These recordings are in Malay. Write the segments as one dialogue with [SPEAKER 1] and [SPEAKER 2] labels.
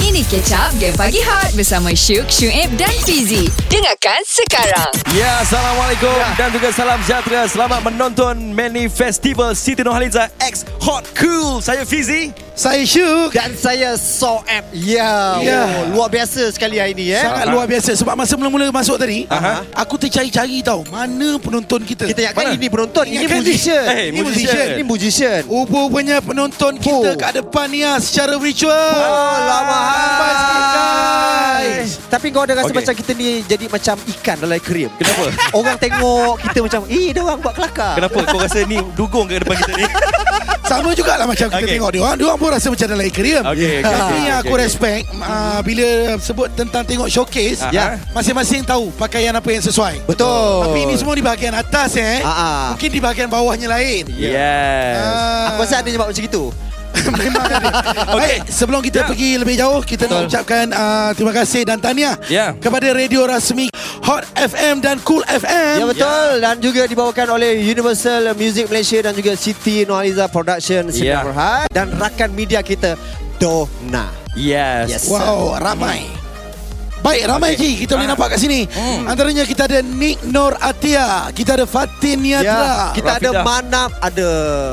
[SPEAKER 1] Ini Kecap Game Pagi Hot bersama Syuk, Syuib dan Fizi. Dengarkan sekarang.
[SPEAKER 2] Ya, Assalamualaikum ya. dan juga salam sejahtera. Selamat menonton Many Festival Siti Nurhaliza X Hot Cool. Saya Fizi.
[SPEAKER 3] Saya Syuk
[SPEAKER 4] Dan saya Soeb Ya.
[SPEAKER 3] Ya yeah. oh,
[SPEAKER 4] Luar biasa sekali hari ni eh.
[SPEAKER 3] Sangat luar biasa Sebab masa mula-mula masuk tadi
[SPEAKER 2] Aha.
[SPEAKER 3] Aku tercari-cari tau Mana penonton kita
[SPEAKER 4] Kita
[SPEAKER 2] Mana?
[SPEAKER 4] ingatkan ini penonton Ini
[SPEAKER 3] Ingatkan
[SPEAKER 4] musician
[SPEAKER 2] dia. Eh,
[SPEAKER 4] Ini
[SPEAKER 2] musician.
[SPEAKER 4] musician Ini musician
[SPEAKER 3] Rupa-rupanya penonton kita
[SPEAKER 4] Oh.
[SPEAKER 3] kat depan ni ah, Secara virtual
[SPEAKER 4] Oh, lama
[SPEAKER 3] Sampai sikit, guys.
[SPEAKER 4] Tapi kau ada rasa
[SPEAKER 2] Okey.
[SPEAKER 4] macam kita ni Jadi macam ikan dalam aquarium
[SPEAKER 2] Kenapa?
[SPEAKER 4] Orang tengok kita macam Eh dia orang buat kelakar
[SPEAKER 2] Kenapa kau rasa ni dugong ke depan kita ni?
[SPEAKER 3] Sama jugalah macam kita
[SPEAKER 2] Okay.
[SPEAKER 3] tengok dia orang Dia orang pun rasa macam dalam aquarium
[SPEAKER 2] Okey, okey,
[SPEAKER 3] Tapi
[SPEAKER 2] okey,
[SPEAKER 3] yang
[SPEAKER 2] okey,
[SPEAKER 3] aku
[SPEAKER 2] okey.
[SPEAKER 3] respect ah, Bila sebut tentang tengok showcase
[SPEAKER 2] Aha.
[SPEAKER 3] ya Masing-masing tahu pakaian apa yang sesuai
[SPEAKER 4] Betul.
[SPEAKER 3] Tapi ini semua di bahagian atas eh
[SPEAKER 4] Ah, ah.
[SPEAKER 3] Mungkin di bahagian bawahnya lain
[SPEAKER 4] Ya.
[SPEAKER 2] Yes.
[SPEAKER 3] Ah.
[SPEAKER 4] Aku rasa ada sebab macam itu
[SPEAKER 3] Memang ada. Baik,
[SPEAKER 4] Ya.
[SPEAKER 3] sebelum kita pergi lebih jauh, kita nak ucapkan uh, terima kasih dan tahniah
[SPEAKER 2] Ya.
[SPEAKER 3] kepada radio rasmi Hot FM dan Cool FM.
[SPEAKER 4] Ya betul Dan juga dibawakan oleh Universal Music Malaysia Dan juga Siti Noaliza Production Siti
[SPEAKER 2] Ya.
[SPEAKER 4] Nurhal Dan rakan media kita Dona
[SPEAKER 3] Ya.
[SPEAKER 2] Yes.
[SPEAKER 4] Yes.
[SPEAKER 3] Wow, ramai. Baik, ramai Ji.
[SPEAKER 4] Ah.
[SPEAKER 3] Kita boleh nampak kat sini.
[SPEAKER 4] Hmm.
[SPEAKER 3] Antaranya kita ada Nick Nur Atia. Kita ada Fatin
[SPEAKER 4] Ya.
[SPEAKER 3] Niatra.
[SPEAKER 4] Kita ada
[SPEAKER 2] Rafidah.
[SPEAKER 4] Manap Ada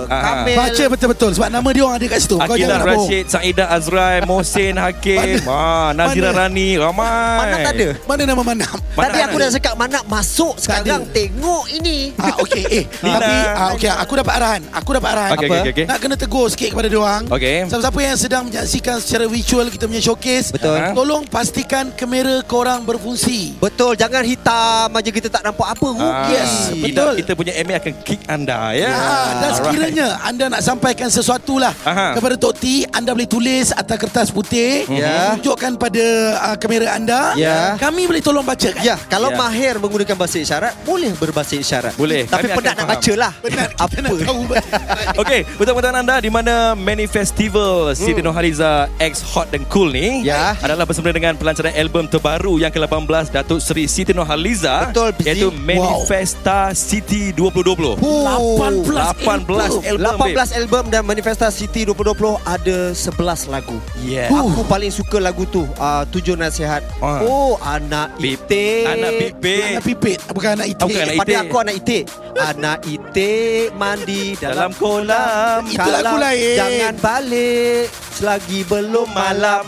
[SPEAKER 2] Ah.
[SPEAKER 4] Kamil lah,
[SPEAKER 3] Baca betul-betul sebab nama dia orang ada kat situ.
[SPEAKER 2] Akilah
[SPEAKER 3] bohong.
[SPEAKER 2] Rashid, Saida Azrai, Mohsin Hakim, ah, Nazira
[SPEAKER 3] Mana?
[SPEAKER 2] Rani, ramai.
[SPEAKER 4] Mana tak ada
[SPEAKER 3] Mana nama mana?
[SPEAKER 2] Mana
[SPEAKER 4] Tadi aku
[SPEAKER 2] ada?
[SPEAKER 4] dah cakap Manap masuk sekarang
[SPEAKER 3] ada.
[SPEAKER 4] Tengok ini
[SPEAKER 3] Ah, okey. Eh,
[SPEAKER 2] Nina.
[SPEAKER 3] tapi ah, okey, aku dapat arahan. Aku dapat arahan.
[SPEAKER 2] Okey,
[SPEAKER 3] Apa?
[SPEAKER 2] okey, okey.
[SPEAKER 3] Nak kena tegur sikit kepada dia orang.
[SPEAKER 2] Okey.
[SPEAKER 3] Siapa-siapa yang sedang menyaksikan secara virtual kita punya showcase,
[SPEAKER 4] Betul.
[SPEAKER 3] Ah. Tolong pastikan kamera korang berfungsi.
[SPEAKER 4] Betul Jangan hitam aja kita tak nampak
[SPEAKER 2] Ah,
[SPEAKER 4] apa Rugi
[SPEAKER 3] Yes,
[SPEAKER 2] kita,
[SPEAKER 3] betul.
[SPEAKER 2] Kita punya email akan kick anda ya.
[SPEAKER 3] Ya, dan sekiranya anda nak sampaikan sesuatu lah
[SPEAKER 2] Aha.
[SPEAKER 3] kepada Tok T, anda boleh tulis atas kertas putih,
[SPEAKER 4] Ya.
[SPEAKER 3] tunjukkan pada ah, kamera anda.
[SPEAKER 4] Ya.
[SPEAKER 3] Kami boleh tolong bacakan.
[SPEAKER 4] Ya, kalau
[SPEAKER 2] Ya.
[SPEAKER 4] mahir menggunakan bahasa isyarat, boleh berbahasa isyarat.
[SPEAKER 2] Boleh.
[SPEAKER 4] Tapi
[SPEAKER 2] Kami
[SPEAKER 4] penat
[SPEAKER 2] akan
[SPEAKER 4] nak
[SPEAKER 2] faham.
[SPEAKER 4] baca lah.
[SPEAKER 3] Benar, kita nak tahu.
[SPEAKER 2] Okey, pertemuan anda di mana Many Festival Siti Nurhaliza X Hot dan Cool ni
[SPEAKER 4] Ya.
[SPEAKER 2] adalah bersempena dengan pelancaran album terbaru yang ke-18 Datuk Seri Siti Nurhaliza
[SPEAKER 4] Betul, Fizi.
[SPEAKER 2] iaitu
[SPEAKER 3] Wow.
[SPEAKER 2] Manifesta City 2020.
[SPEAKER 4] Oh.
[SPEAKER 2] 18 album.
[SPEAKER 4] 18 album dan Manifesta City 2020 ada 11 lagu.
[SPEAKER 2] Yeah.
[SPEAKER 4] Aku paling suka lagu tu, uh, Tujuh Nasihat.
[SPEAKER 2] Ah.
[SPEAKER 4] Oh, anak
[SPEAKER 2] Bip.
[SPEAKER 4] itik.
[SPEAKER 2] Anak pipit.
[SPEAKER 3] Anak pipit, bukan anak itik.
[SPEAKER 2] Bukan anak
[SPEAKER 4] Pada
[SPEAKER 2] itik.
[SPEAKER 4] aku anak itik. Anak itik mandi dalam
[SPEAKER 2] Dalam kolam.
[SPEAKER 3] Itu lagu
[SPEAKER 4] Kalau
[SPEAKER 3] lain.
[SPEAKER 4] Jangan balik selagi belum malam.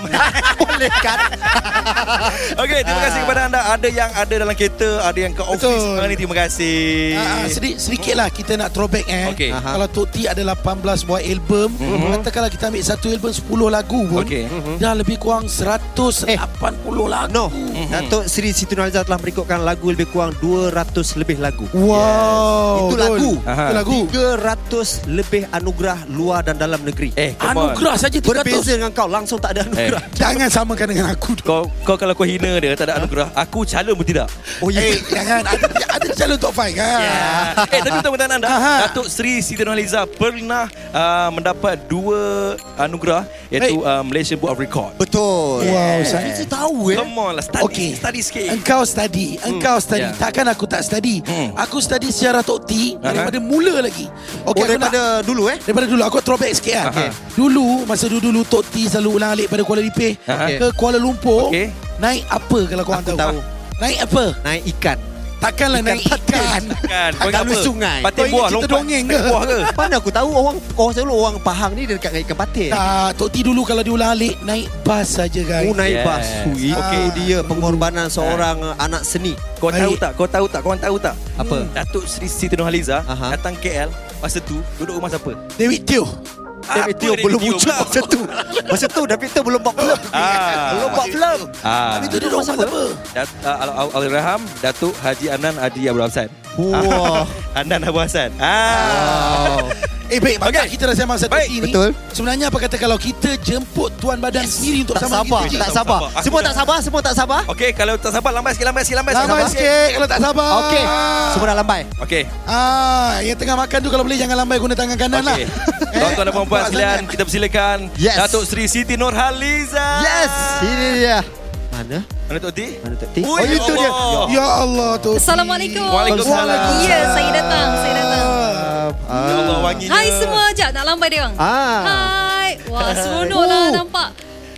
[SPEAKER 4] Boleh kan?
[SPEAKER 2] Okey, terima kasih
[SPEAKER 4] Ah.
[SPEAKER 2] kepada anda. Ada yang ada dalam kereta, ada yang ke office
[SPEAKER 3] Betul.
[SPEAKER 2] sekarang ni. Terima kasih.
[SPEAKER 3] Ah, ah, sedikit, sedikit lah kita nak throwback eh.
[SPEAKER 2] Okey.
[SPEAKER 4] Aha. Mhm.
[SPEAKER 3] Kalau Tok T ada 18 buah album, katakanlah kita ambil satu album 10 lagu pun,
[SPEAKER 2] Okey.
[SPEAKER 3] dah lebih kurang 180
[SPEAKER 4] Eh.
[SPEAKER 3] lagu.
[SPEAKER 4] No. Datuk Seri Siti Nurhaliza telah merekodkan lagu lebih kurang 200 lebih lagu.
[SPEAKER 3] Wow.
[SPEAKER 4] Itu
[SPEAKER 3] Dol.
[SPEAKER 4] lagu.
[SPEAKER 2] Aha.
[SPEAKER 3] Itu lagu.
[SPEAKER 4] 300 lebih anugerah luar dan dalam negeri.
[SPEAKER 2] Eh, come on.
[SPEAKER 3] Anugerah saja 300.
[SPEAKER 4] Berbeza dengan kau langsung tak ada
[SPEAKER 2] Eh,
[SPEAKER 4] anugerah.
[SPEAKER 3] Jangan samakan dengan aku.
[SPEAKER 2] Kau, kau kalau kau hina dia, tak ada anugerah. Aku calon pun tidak.
[SPEAKER 3] Oh,
[SPEAKER 4] ya.
[SPEAKER 3] yeah. Eh, jangan. Ada, ada calon top Ha. 5 kan?
[SPEAKER 2] Ah. Eh tapi untuk anda
[SPEAKER 3] Aha.
[SPEAKER 2] Datuk Seri Siti Nurhaliza pernah uh, mendapat dua anugerah iaitu
[SPEAKER 3] Baik.
[SPEAKER 2] uh, Malaysia Book of Record.
[SPEAKER 4] Betul.
[SPEAKER 3] Wow, saya-
[SPEAKER 4] Fizi tahu eh.
[SPEAKER 2] Come on lah study,
[SPEAKER 3] Okey.
[SPEAKER 2] study sikit.
[SPEAKER 3] Engkau study Engkau study
[SPEAKER 2] Yeah.
[SPEAKER 3] Takkan aku tak study
[SPEAKER 2] Hmm.
[SPEAKER 3] Aku study secara Tok T Daripada mula lagi
[SPEAKER 4] Oh,
[SPEAKER 3] Okey, aku nak-
[SPEAKER 4] daripada dulu eh.
[SPEAKER 3] Daripada dulu Aku throwback sikit lah
[SPEAKER 2] Okey.
[SPEAKER 3] Dulu Masa dulu-dulu Tok T selalu ulang alik Pada Kuala Lipeh
[SPEAKER 2] Okey.
[SPEAKER 3] Ke Kuala Lumpur
[SPEAKER 2] Okey.
[SPEAKER 3] Naik apa kalau korang
[SPEAKER 4] Aku
[SPEAKER 3] tahu
[SPEAKER 4] tahu.
[SPEAKER 3] Naik apa
[SPEAKER 4] Naik ikan.
[SPEAKER 3] Takkanlah
[SPEAKER 4] Ikan
[SPEAKER 3] naik ikan
[SPEAKER 2] Kan, kau
[SPEAKER 4] Agak
[SPEAKER 2] ingat
[SPEAKER 4] lu
[SPEAKER 2] apa?
[SPEAKER 4] sungai.
[SPEAKER 2] Patin
[SPEAKER 3] Kau ingat
[SPEAKER 2] buah,
[SPEAKER 3] cerita
[SPEAKER 2] lompat.
[SPEAKER 3] dongeng
[SPEAKER 2] Patin
[SPEAKER 3] ke?
[SPEAKER 2] buah ke?
[SPEAKER 4] Mana aku tahu orang orang selalu orang Pahang ni dia dekat dengan ikan patin.
[SPEAKER 3] Tak Tok T dulu kalau dia ulang alik Naik bas saja guys
[SPEAKER 4] Oh naik
[SPEAKER 2] Yes.
[SPEAKER 4] bas. Itu
[SPEAKER 3] Ah.
[SPEAKER 4] dia pengorbanan seorang eh, anak seni. Hmm.
[SPEAKER 2] Kau tahu
[SPEAKER 3] Baik.
[SPEAKER 2] tak? Kau tahu tak? Kau tahu tak?
[SPEAKER 4] Apa?
[SPEAKER 2] Hmm. Datuk Seri Siti Nurhaliza
[SPEAKER 4] Aha.
[SPEAKER 2] datang KL masa tu duduk rumah siapa?
[SPEAKER 3] David Teo
[SPEAKER 4] David Teo belum muncul masa tu. Masa tu David Teo belum buat film.
[SPEAKER 2] Ah.
[SPEAKER 4] Belum buat film.
[SPEAKER 2] Ah.
[SPEAKER 3] Tapi tu dia rumah siapa
[SPEAKER 2] Dat- uh, Al- Al- Alraham Datuk Haji Anan Adi Abdul Hasan.
[SPEAKER 4] Wah.
[SPEAKER 2] Anan Abdul Hasan. Ah.
[SPEAKER 3] Eh baik Maka kita dah sembang satu
[SPEAKER 2] Baik,
[SPEAKER 3] T ni
[SPEAKER 4] betul.
[SPEAKER 3] Sebenarnya apa kata Kalau kita jemput Tuan Badan sendiri Untuk
[SPEAKER 4] Tak
[SPEAKER 3] sama
[SPEAKER 4] sabar,
[SPEAKER 3] kita Ji?
[SPEAKER 4] tak sabar.
[SPEAKER 2] sabar. Aku
[SPEAKER 4] Semua
[SPEAKER 2] dah-
[SPEAKER 4] tak sabar, semua tak sabar.
[SPEAKER 2] Okey, kalau tak sabar lambat sikit, lambat sikit, lambat sikit.
[SPEAKER 3] Lambai sikit Kalau tak sabar
[SPEAKER 4] Okey. Semua dah lambai.
[SPEAKER 2] Okey.
[SPEAKER 3] Ah, yang tengah makan tu kalau boleh jangan lambai guna tangan kanan
[SPEAKER 2] Okey.
[SPEAKER 3] lah.
[SPEAKER 2] Eh, Tuan-tuan dan puan-puan sekalian, kita persilakan
[SPEAKER 4] Yes.
[SPEAKER 2] Datuk Seri Siti Nurhaliza.
[SPEAKER 4] Yes, ini
[SPEAKER 2] Ya
[SPEAKER 4] dia. Mana?
[SPEAKER 2] Mana Tok T?
[SPEAKER 4] Mana Tok T?
[SPEAKER 2] Ui,
[SPEAKER 4] Oh, itu dia.
[SPEAKER 2] Allah.
[SPEAKER 3] Ya Allah tu.
[SPEAKER 1] Assalamualaikum.
[SPEAKER 2] Waalaikumsalam.
[SPEAKER 1] Ya, saya datang. Saya datang.
[SPEAKER 4] Ah.
[SPEAKER 2] Ya Allah wanginya.
[SPEAKER 1] Hai semua. Jap, nak lambai dia orang.
[SPEAKER 4] Ah.
[SPEAKER 1] Hai. Wah, seronok lah
[SPEAKER 4] Oh.
[SPEAKER 1] nampak.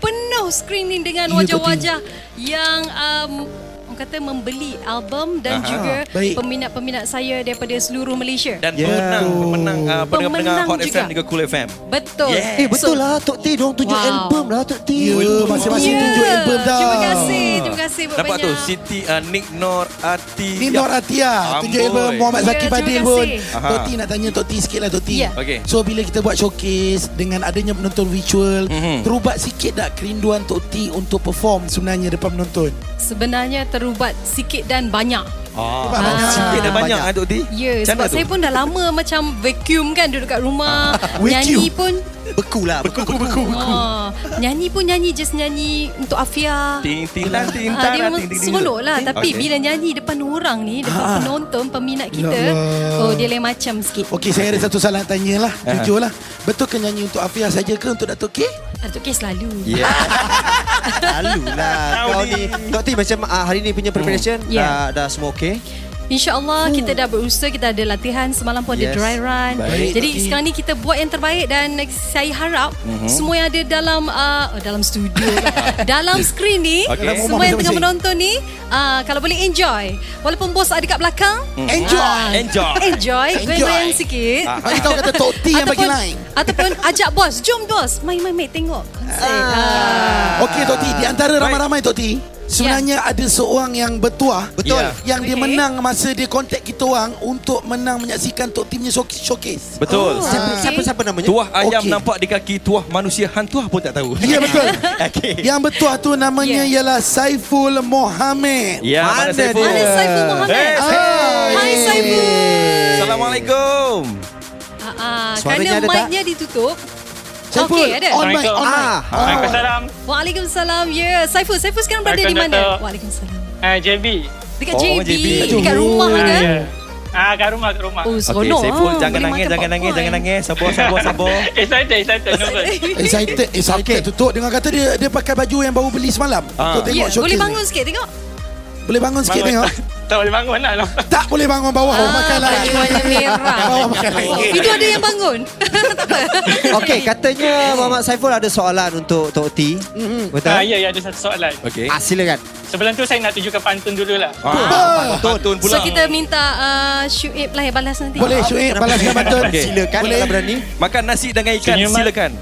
[SPEAKER 1] Penuh
[SPEAKER 5] penuh skrin ni dengan
[SPEAKER 3] Ya,
[SPEAKER 5] wajah-wajah yang um, orang kata membeli album dan
[SPEAKER 2] Aha.
[SPEAKER 5] juga
[SPEAKER 3] Baik.
[SPEAKER 5] peminat-peminat saya daripada seluruh Malaysia.
[SPEAKER 2] Dan
[SPEAKER 4] Yeah.
[SPEAKER 2] pemenang Pemenang uh, Pendengar-pendengar
[SPEAKER 5] Pemenang
[SPEAKER 2] Hot
[SPEAKER 5] juga.
[SPEAKER 2] FM Juga Cool FM
[SPEAKER 5] Betul.
[SPEAKER 2] Yeah.
[SPEAKER 4] Eh betul lah Tok T Diorang tunjuk
[SPEAKER 5] Wow.
[SPEAKER 4] album lah Tok T
[SPEAKER 3] Ya, masing-masing
[SPEAKER 5] Ya.
[SPEAKER 3] tunjuk album dah.
[SPEAKER 5] Terima kasih, terima kasih
[SPEAKER 2] Nampak
[SPEAKER 5] banyak.
[SPEAKER 2] tu Siti uh, Nick Nor Ati
[SPEAKER 3] Ni Nor Atia
[SPEAKER 2] Amboi.
[SPEAKER 3] Tunjuk album Muhammad
[SPEAKER 5] Ya,
[SPEAKER 3] Zaki
[SPEAKER 5] terima
[SPEAKER 3] Padil
[SPEAKER 5] kasih.
[SPEAKER 3] pun
[SPEAKER 2] Aha.
[SPEAKER 3] Tok T nak tanya Tok T sikit lah Tok T
[SPEAKER 5] Ya.
[SPEAKER 2] Okey.
[SPEAKER 3] So bila kita buat showcase Dengan adanya penonton virtual
[SPEAKER 2] Mhm.
[SPEAKER 3] Terubat sikit tak kerinduan Tok T Untuk perform sebenarnya depan penonton
[SPEAKER 5] Sebenarnya terubat sikit dan banyak.
[SPEAKER 2] ah.
[SPEAKER 3] Ah.
[SPEAKER 2] Sikit dan banyak kan
[SPEAKER 4] Banyak.
[SPEAKER 2] Tok T
[SPEAKER 5] Ya,
[SPEAKER 2] Macam
[SPEAKER 5] sebab
[SPEAKER 2] mana tu?
[SPEAKER 5] saya pun dah lama macam vacuum kan duduk kat rumah.
[SPEAKER 4] Ah,
[SPEAKER 3] Vacuum.
[SPEAKER 5] nyanyi pun
[SPEAKER 4] Beku lah Beku
[SPEAKER 5] ah, nyanyi pun nyanyi just nyanyi untuk Afia.
[SPEAKER 2] Ting ting tan ting
[SPEAKER 5] Ah,
[SPEAKER 2] tan
[SPEAKER 5] dia memang
[SPEAKER 2] ting, ting, ting.
[SPEAKER 5] seronok lah Tapi
[SPEAKER 2] Okey.
[SPEAKER 5] bila nyanyi depan orang ni Depan penonton, peminat kita
[SPEAKER 3] Ah. Ya Allah.
[SPEAKER 5] Oh dia lain macam sikit
[SPEAKER 3] Okey saya ada satu salah tanya lah Jujur lah Betul ke nyanyi untuk Afia saja ke Untuk Dato' K?
[SPEAKER 5] Datuk K selalu
[SPEAKER 2] Yeah.
[SPEAKER 3] Ya.
[SPEAKER 4] Lalu lah
[SPEAKER 2] Tahu
[SPEAKER 4] Kau
[SPEAKER 2] ni.
[SPEAKER 4] ni Tok T macam ah, hari ni punya preparation
[SPEAKER 5] Ya.
[SPEAKER 4] dah, dah semua okay
[SPEAKER 5] InsyaAllah
[SPEAKER 3] Hmm.
[SPEAKER 5] kita dah berusaha Kita ada latihan Semalam pun ada
[SPEAKER 4] Yes.
[SPEAKER 5] dry run
[SPEAKER 3] Baik.
[SPEAKER 5] Jadi
[SPEAKER 3] Okey.
[SPEAKER 5] sekarang ni kita buat yang terbaik Dan saya harap
[SPEAKER 3] Mhm.
[SPEAKER 5] Semua yang ada dalam uh, oh, Dalam studio lah. Dalam skrin ni
[SPEAKER 2] Okey. Dalam rumah
[SPEAKER 5] Semua yang tengah
[SPEAKER 3] masing-masing.
[SPEAKER 5] menonton ni uh, Kalau boleh enjoy Walaupun bos ada kat belakang
[SPEAKER 3] Hmm. Enjoy Ah.
[SPEAKER 5] Ah,
[SPEAKER 2] Enjoy.
[SPEAKER 5] Enjoy Goyang-goyang sikit
[SPEAKER 3] Bagi tahu kata Tok T yang
[SPEAKER 5] Ataupun-
[SPEAKER 3] bagi line
[SPEAKER 5] Ataupun ajak bos, jom bos, main-main mate tengok konsert. Ah.
[SPEAKER 3] Okey Tok T Di antara ramai-ramai Tok T Sebenarnya ada seorang yang bertuah
[SPEAKER 4] Betul.
[SPEAKER 2] Ya.
[SPEAKER 3] Yang dia
[SPEAKER 5] Ya. Okey.
[SPEAKER 3] menang masa dia kontak kita orang Untuk menang menyaksikan Tok T punya show- showcase
[SPEAKER 5] Oh.
[SPEAKER 2] Betul
[SPEAKER 4] Siapa,
[SPEAKER 5] Okay.
[SPEAKER 4] siapa, siapa namanya?
[SPEAKER 2] Tuah ayam
[SPEAKER 3] Okey.
[SPEAKER 2] nampak di kaki Tuah manusia hantuah pun tak tahu
[SPEAKER 3] Ya betul
[SPEAKER 2] Okey
[SPEAKER 3] Yang bertuah tu namanya
[SPEAKER 5] Yeah.
[SPEAKER 3] ialah Saiful Mohamed
[SPEAKER 2] Ya mana
[SPEAKER 4] Mana
[SPEAKER 2] Saiful
[SPEAKER 4] dia?
[SPEAKER 5] Mana Saiful Mohamed?
[SPEAKER 2] Eh,
[SPEAKER 3] Ah, Hai.
[SPEAKER 5] Hai Saiful.
[SPEAKER 2] Assalamualaikum
[SPEAKER 5] Ah, ah,
[SPEAKER 4] Suaranya
[SPEAKER 5] kerana
[SPEAKER 4] ada
[SPEAKER 5] mic-nya ditutup.
[SPEAKER 3] Saiful
[SPEAKER 5] Okey, ada.
[SPEAKER 3] On mic On mic
[SPEAKER 4] Ah,
[SPEAKER 6] Waalaikumsalam.
[SPEAKER 5] Waalaikumsalam. Ya, yeah. Saiful, Saiful sekarang berada di mana?
[SPEAKER 6] Waalaikumsalam.
[SPEAKER 5] Waalaikumsalam.
[SPEAKER 6] Uh, JB.
[SPEAKER 5] Dekat
[SPEAKER 2] Oh,
[SPEAKER 5] JB,
[SPEAKER 2] JB.
[SPEAKER 5] dekat rumah
[SPEAKER 6] Ah,
[SPEAKER 5] ke?
[SPEAKER 6] ya. Ah, kat rumah, kat rumah.
[SPEAKER 5] Oh,
[SPEAKER 2] Okey
[SPEAKER 5] seronok. ah.
[SPEAKER 2] Saiful jangan
[SPEAKER 5] Boleh
[SPEAKER 2] nangis
[SPEAKER 5] makan
[SPEAKER 2] jangan nangis
[SPEAKER 5] popcorn.
[SPEAKER 2] jangan nangis sabar sabar sabar
[SPEAKER 6] excited, excited. Nervous.
[SPEAKER 3] Excited Excited tutup Dengan kata dia Dia pakai baju yang baru beli semalam
[SPEAKER 2] Ah.
[SPEAKER 5] Ya,
[SPEAKER 3] Untuk tengok showcase
[SPEAKER 5] boleh
[SPEAKER 3] ni.
[SPEAKER 5] bangun sikit tengok.
[SPEAKER 3] Boleh bangun sikit
[SPEAKER 6] Bangun.
[SPEAKER 3] tengok
[SPEAKER 6] Tak boleh bangun lah. nampak.
[SPEAKER 3] Tak boleh bangun bawah Oh,
[SPEAKER 5] Ah,
[SPEAKER 3] Makan lain
[SPEAKER 5] baju warna merah.
[SPEAKER 3] Bawah makan lain
[SPEAKER 5] Oh, Itu ada yang bangun. tak apa.
[SPEAKER 4] Okey, katanya Muhammad Saiful ada soalan untuk Tok T.
[SPEAKER 5] Hmm.
[SPEAKER 4] Betul?
[SPEAKER 6] Ah, ya, ya, ada satu soalan.
[SPEAKER 2] Okey
[SPEAKER 4] Ah, silakan.
[SPEAKER 6] Sebelum tu saya nak tunjukkan pantun dulu lah.
[SPEAKER 2] Ah, Pantun
[SPEAKER 5] So
[SPEAKER 2] pula
[SPEAKER 5] kita minta uh, Syuib lah yang balas nanti.
[SPEAKER 3] Boleh Syuib Balaskan bantun
[SPEAKER 2] Okey.
[SPEAKER 4] Silakan
[SPEAKER 3] Boleh.
[SPEAKER 4] kalau berani.
[SPEAKER 2] Makan nasi dengan ikan
[SPEAKER 6] Senyuman.
[SPEAKER 2] silakan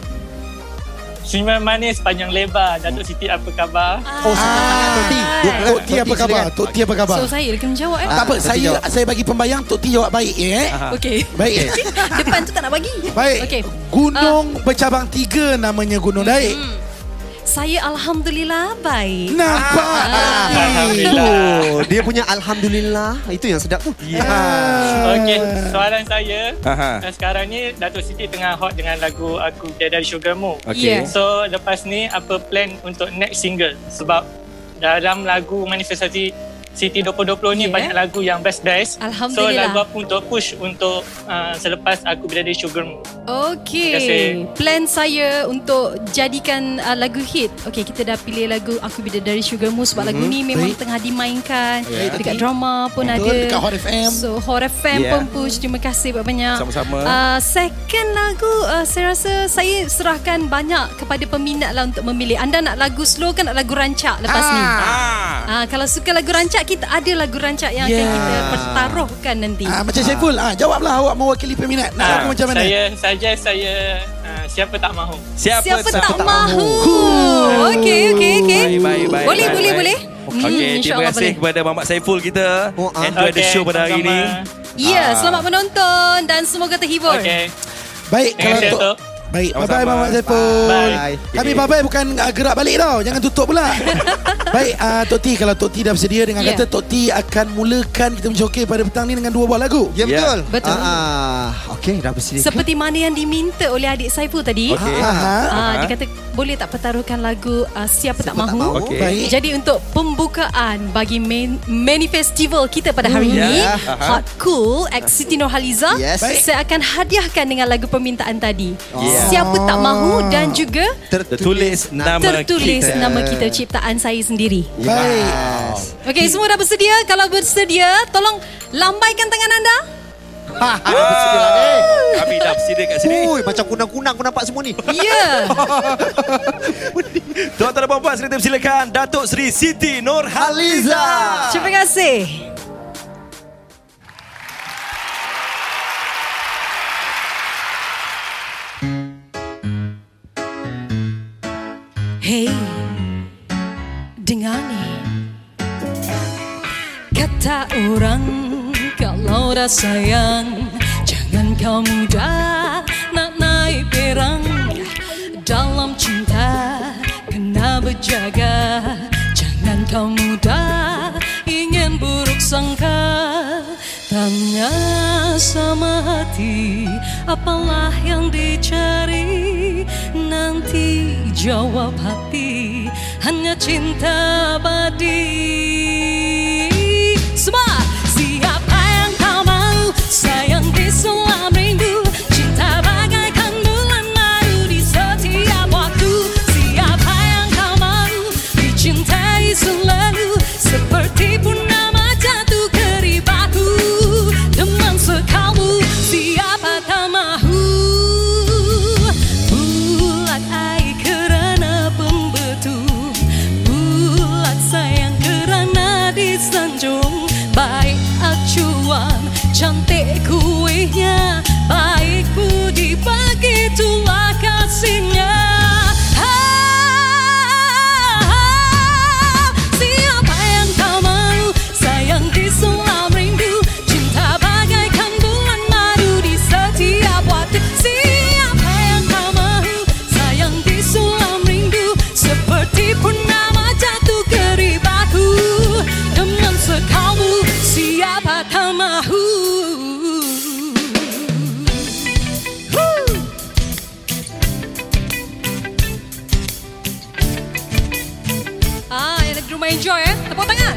[SPEAKER 6] Senyuman manis panjang lebar. Datuk Siti apa khabar?
[SPEAKER 4] Oh, silakan dengan Tok T.
[SPEAKER 5] Tok
[SPEAKER 3] Tok T apa khabar
[SPEAKER 4] silakan.
[SPEAKER 3] Tok T apa khabar
[SPEAKER 5] So saya dia kena jawab eh.
[SPEAKER 3] Tak
[SPEAKER 2] Ah,
[SPEAKER 3] apa
[SPEAKER 4] Tok T
[SPEAKER 3] Saya
[SPEAKER 4] jawab.
[SPEAKER 3] saya bagi pembayang Tok T jawab baik ya eh?
[SPEAKER 5] Okey.
[SPEAKER 3] Baik
[SPEAKER 5] Depan tu tak nak bagi.
[SPEAKER 3] Baik
[SPEAKER 5] Okey.
[SPEAKER 3] Gunung bercabang tiga Namanya Gunung Daik
[SPEAKER 5] Hmm. Saya alhamdulillah baik. Ah.
[SPEAKER 3] Nampak
[SPEAKER 6] Alhamdulillah.
[SPEAKER 4] Oh, dia punya Alhamdulillah. Itu yang sedap tu. Ah.
[SPEAKER 6] Okey, soalan saya.
[SPEAKER 2] Aha.
[SPEAKER 6] Dan sekarang ni Datuk Siti tengah hot dengan lagu Aku Tiada Sugarmu.
[SPEAKER 5] Yeah.
[SPEAKER 2] Okey
[SPEAKER 6] So lepas ni apa plan untuk next single? Sebab dalam lagu manifestasi City 2020 ni
[SPEAKER 5] Yeah.
[SPEAKER 6] banyak lagu yang best-best.
[SPEAKER 5] Ya.
[SPEAKER 6] So
[SPEAKER 5] Alhamdulillah.
[SPEAKER 6] lagu apa untuk push untuk uh, selepas aku berada di Sugar Moon.
[SPEAKER 5] Okey.
[SPEAKER 6] Terima kasih.
[SPEAKER 5] Plan saya untuk jadikan uh, lagu hit. Okey, kita dah pilih lagu Aku Bidadari Sugar Moose sebab
[SPEAKER 3] Mhm.
[SPEAKER 5] lagu ni memang tengah dimainkan. Dekat drama pun
[SPEAKER 3] Betul,
[SPEAKER 5] ada.
[SPEAKER 3] dekat Hot FM.
[SPEAKER 5] So Hot FM
[SPEAKER 2] Yeah.
[SPEAKER 5] pun push. Terima kasih banyak-banyak.
[SPEAKER 2] Sama-sama.
[SPEAKER 5] Uh, second lagu uh, saya rasa saya serahkan banyak kepada peminat lah untuk memilih. Anda nak lagu slow ke nak lagu rancak lepas ni?
[SPEAKER 2] Ah.
[SPEAKER 5] Ah, kalau suka lagu rancak kita ada lagu rancak yang akan
[SPEAKER 3] Yeah.
[SPEAKER 5] kita pertaruhkan nanti.
[SPEAKER 3] Ah, macam Saiful, ah, jawablah awak mewakili peminat.
[SPEAKER 2] Ah,
[SPEAKER 3] Nak lagu macam mana?
[SPEAKER 6] Ah, Saya suggest saya uh, siapa tak mahu.
[SPEAKER 2] Siapa,
[SPEAKER 5] Siapa, tak,
[SPEAKER 2] tak
[SPEAKER 5] mahu? Okey okey okey.
[SPEAKER 2] Baik, baik, baik.
[SPEAKER 5] Boleh
[SPEAKER 2] baik,
[SPEAKER 5] boleh
[SPEAKER 2] baik.
[SPEAKER 5] boleh.
[SPEAKER 2] Okey, terima
[SPEAKER 5] insyaAllah
[SPEAKER 2] kasih
[SPEAKER 5] boleh.
[SPEAKER 2] kepada Muhammad Saiful kita.
[SPEAKER 4] Oh, ah.
[SPEAKER 2] Enjoy the
[SPEAKER 6] Okey,
[SPEAKER 2] show pada hari ini.
[SPEAKER 6] sama-sama.
[SPEAKER 5] Ya,
[SPEAKER 2] Ah.
[SPEAKER 5] selamat menonton dan semoga terhibur.
[SPEAKER 6] Okey.
[SPEAKER 3] Baik,
[SPEAKER 6] Terima
[SPEAKER 3] kalau
[SPEAKER 6] kasih,
[SPEAKER 3] untuk...
[SPEAKER 6] Tok.
[SPEAKER 3] Baik,
[SPEAKER 2] Sama-sama.
[SPEAKER 3] bye-bye Muhammad Saiful.
[SPEAKER 6] Bye.
[SPEAKER 4] Bye.
[SPEAKER 3] Kami bye-bye bukan ah, gerak balik tau. Jangan tutup pula. Baik, ah, Tok T, kalau Tok T dah bersedia dengan
[SPEAKER 5] Ya.
[SPEAKER 3] kata Tok T akan mulakan kita menjoki pada petang ni dengan dua buah lagu.
[SPEAKER 4] Ya
[SPEAKER 2] Ya.
[SPEAKER 4] betul.
[SPEAKER 5] Betul.
[SPEAKER 4] Ah, ah. Okey, dah bersedia.
[SPEAKER 5] Seperti mana yang diminta oleh adik Saiful tadi.
[SPEAKER 2] Okey.
[SPEAKER 3] Aha.
[SPEAKER 5] Ah,
[SPEAKER 2] Aha.
[SPEAKER 5] dia kata boleh tak pertaruhkan lagu ah, siapa, tak mahu.
[SPEAKER 4] Mahu.
[SPEAKER 2] Okey.
[SPEAKER 3] Baik.
[SPEAKER 5] Jadi untuk pembukaan bagi main, mini festival kita pada hari
[SPEAKER 4] Hmm.
[SPEAKER 5] ini
[SPEAKER 4] Ya.
[SPEAKER 5] Hot Cool ex Siti Nurhaliza
[SPEAKER 4] Yes. Baik.
[SPEAKER 5] saya akan hadiahkan dengan lagu permintaan tadi.
[SPEAKER 2] Yeah.
[SPEAKER 5] Siapa tak mahu dan juga
[SPEAKER 2] Tertulis Ya. nama
[SPEAKER 5] tertulis
[SPEAKER 2] kita.
[SPEAKER 5] nama kita ciptaan saya sendiri.
[SPEAKER 3] Baik.
[SPEAKER 5] Okey, semua dah bersedia? Kalau bersedia, tolong lambaikan tangan anda.
[SPEAKER 2] Ah, Kami dah bersedia kat sini.
[SPEAKER 4] Ui, macam kunang-kunang aku nampak semua ni.
[SPEAKER 5] Ya. Yeah.
[SPEAKER 2] Tuan-tuan dan puan-puan Seri silakan Datuk Seri Siti Nurhaliza.
[SPEAKER 1] Terima kasih.
[SPEAKER 7] Hey, dengar ni Kata orang kalau dah sayang Jangan kau mudah nak naik perang Dalam cinta kena berjaga Jangan kau mudah ingin buruk sangka Tanya sama hati apalah yang dicari Nanti jawab hati hanya cinta abadi Semua siapa yang kau mau sayang di selam rindu Cinta bagaikan bulan madu di setiap waktu Siapa yang kau mau dicintai selalu Seperti purnama jatuh ke ribaku Teman sekamu siapa tak mahu Bulat air kerana pembetul Bulat sayang kerana disanjung Baik acuan cantik kuenya Baik budi begitulah kasihnya Ah, Siapa yang kau mau sayang di selam rindu Cinta bagaikan bulan madu di setiap waktu Siapa yang kau mau sayang di selam rindu Seperti purnama jatuh ke ribaku Dengan sekamu siapa tak mahu Woo! Ah, yang negeri rumah enjoy eh. Tepuk tangan.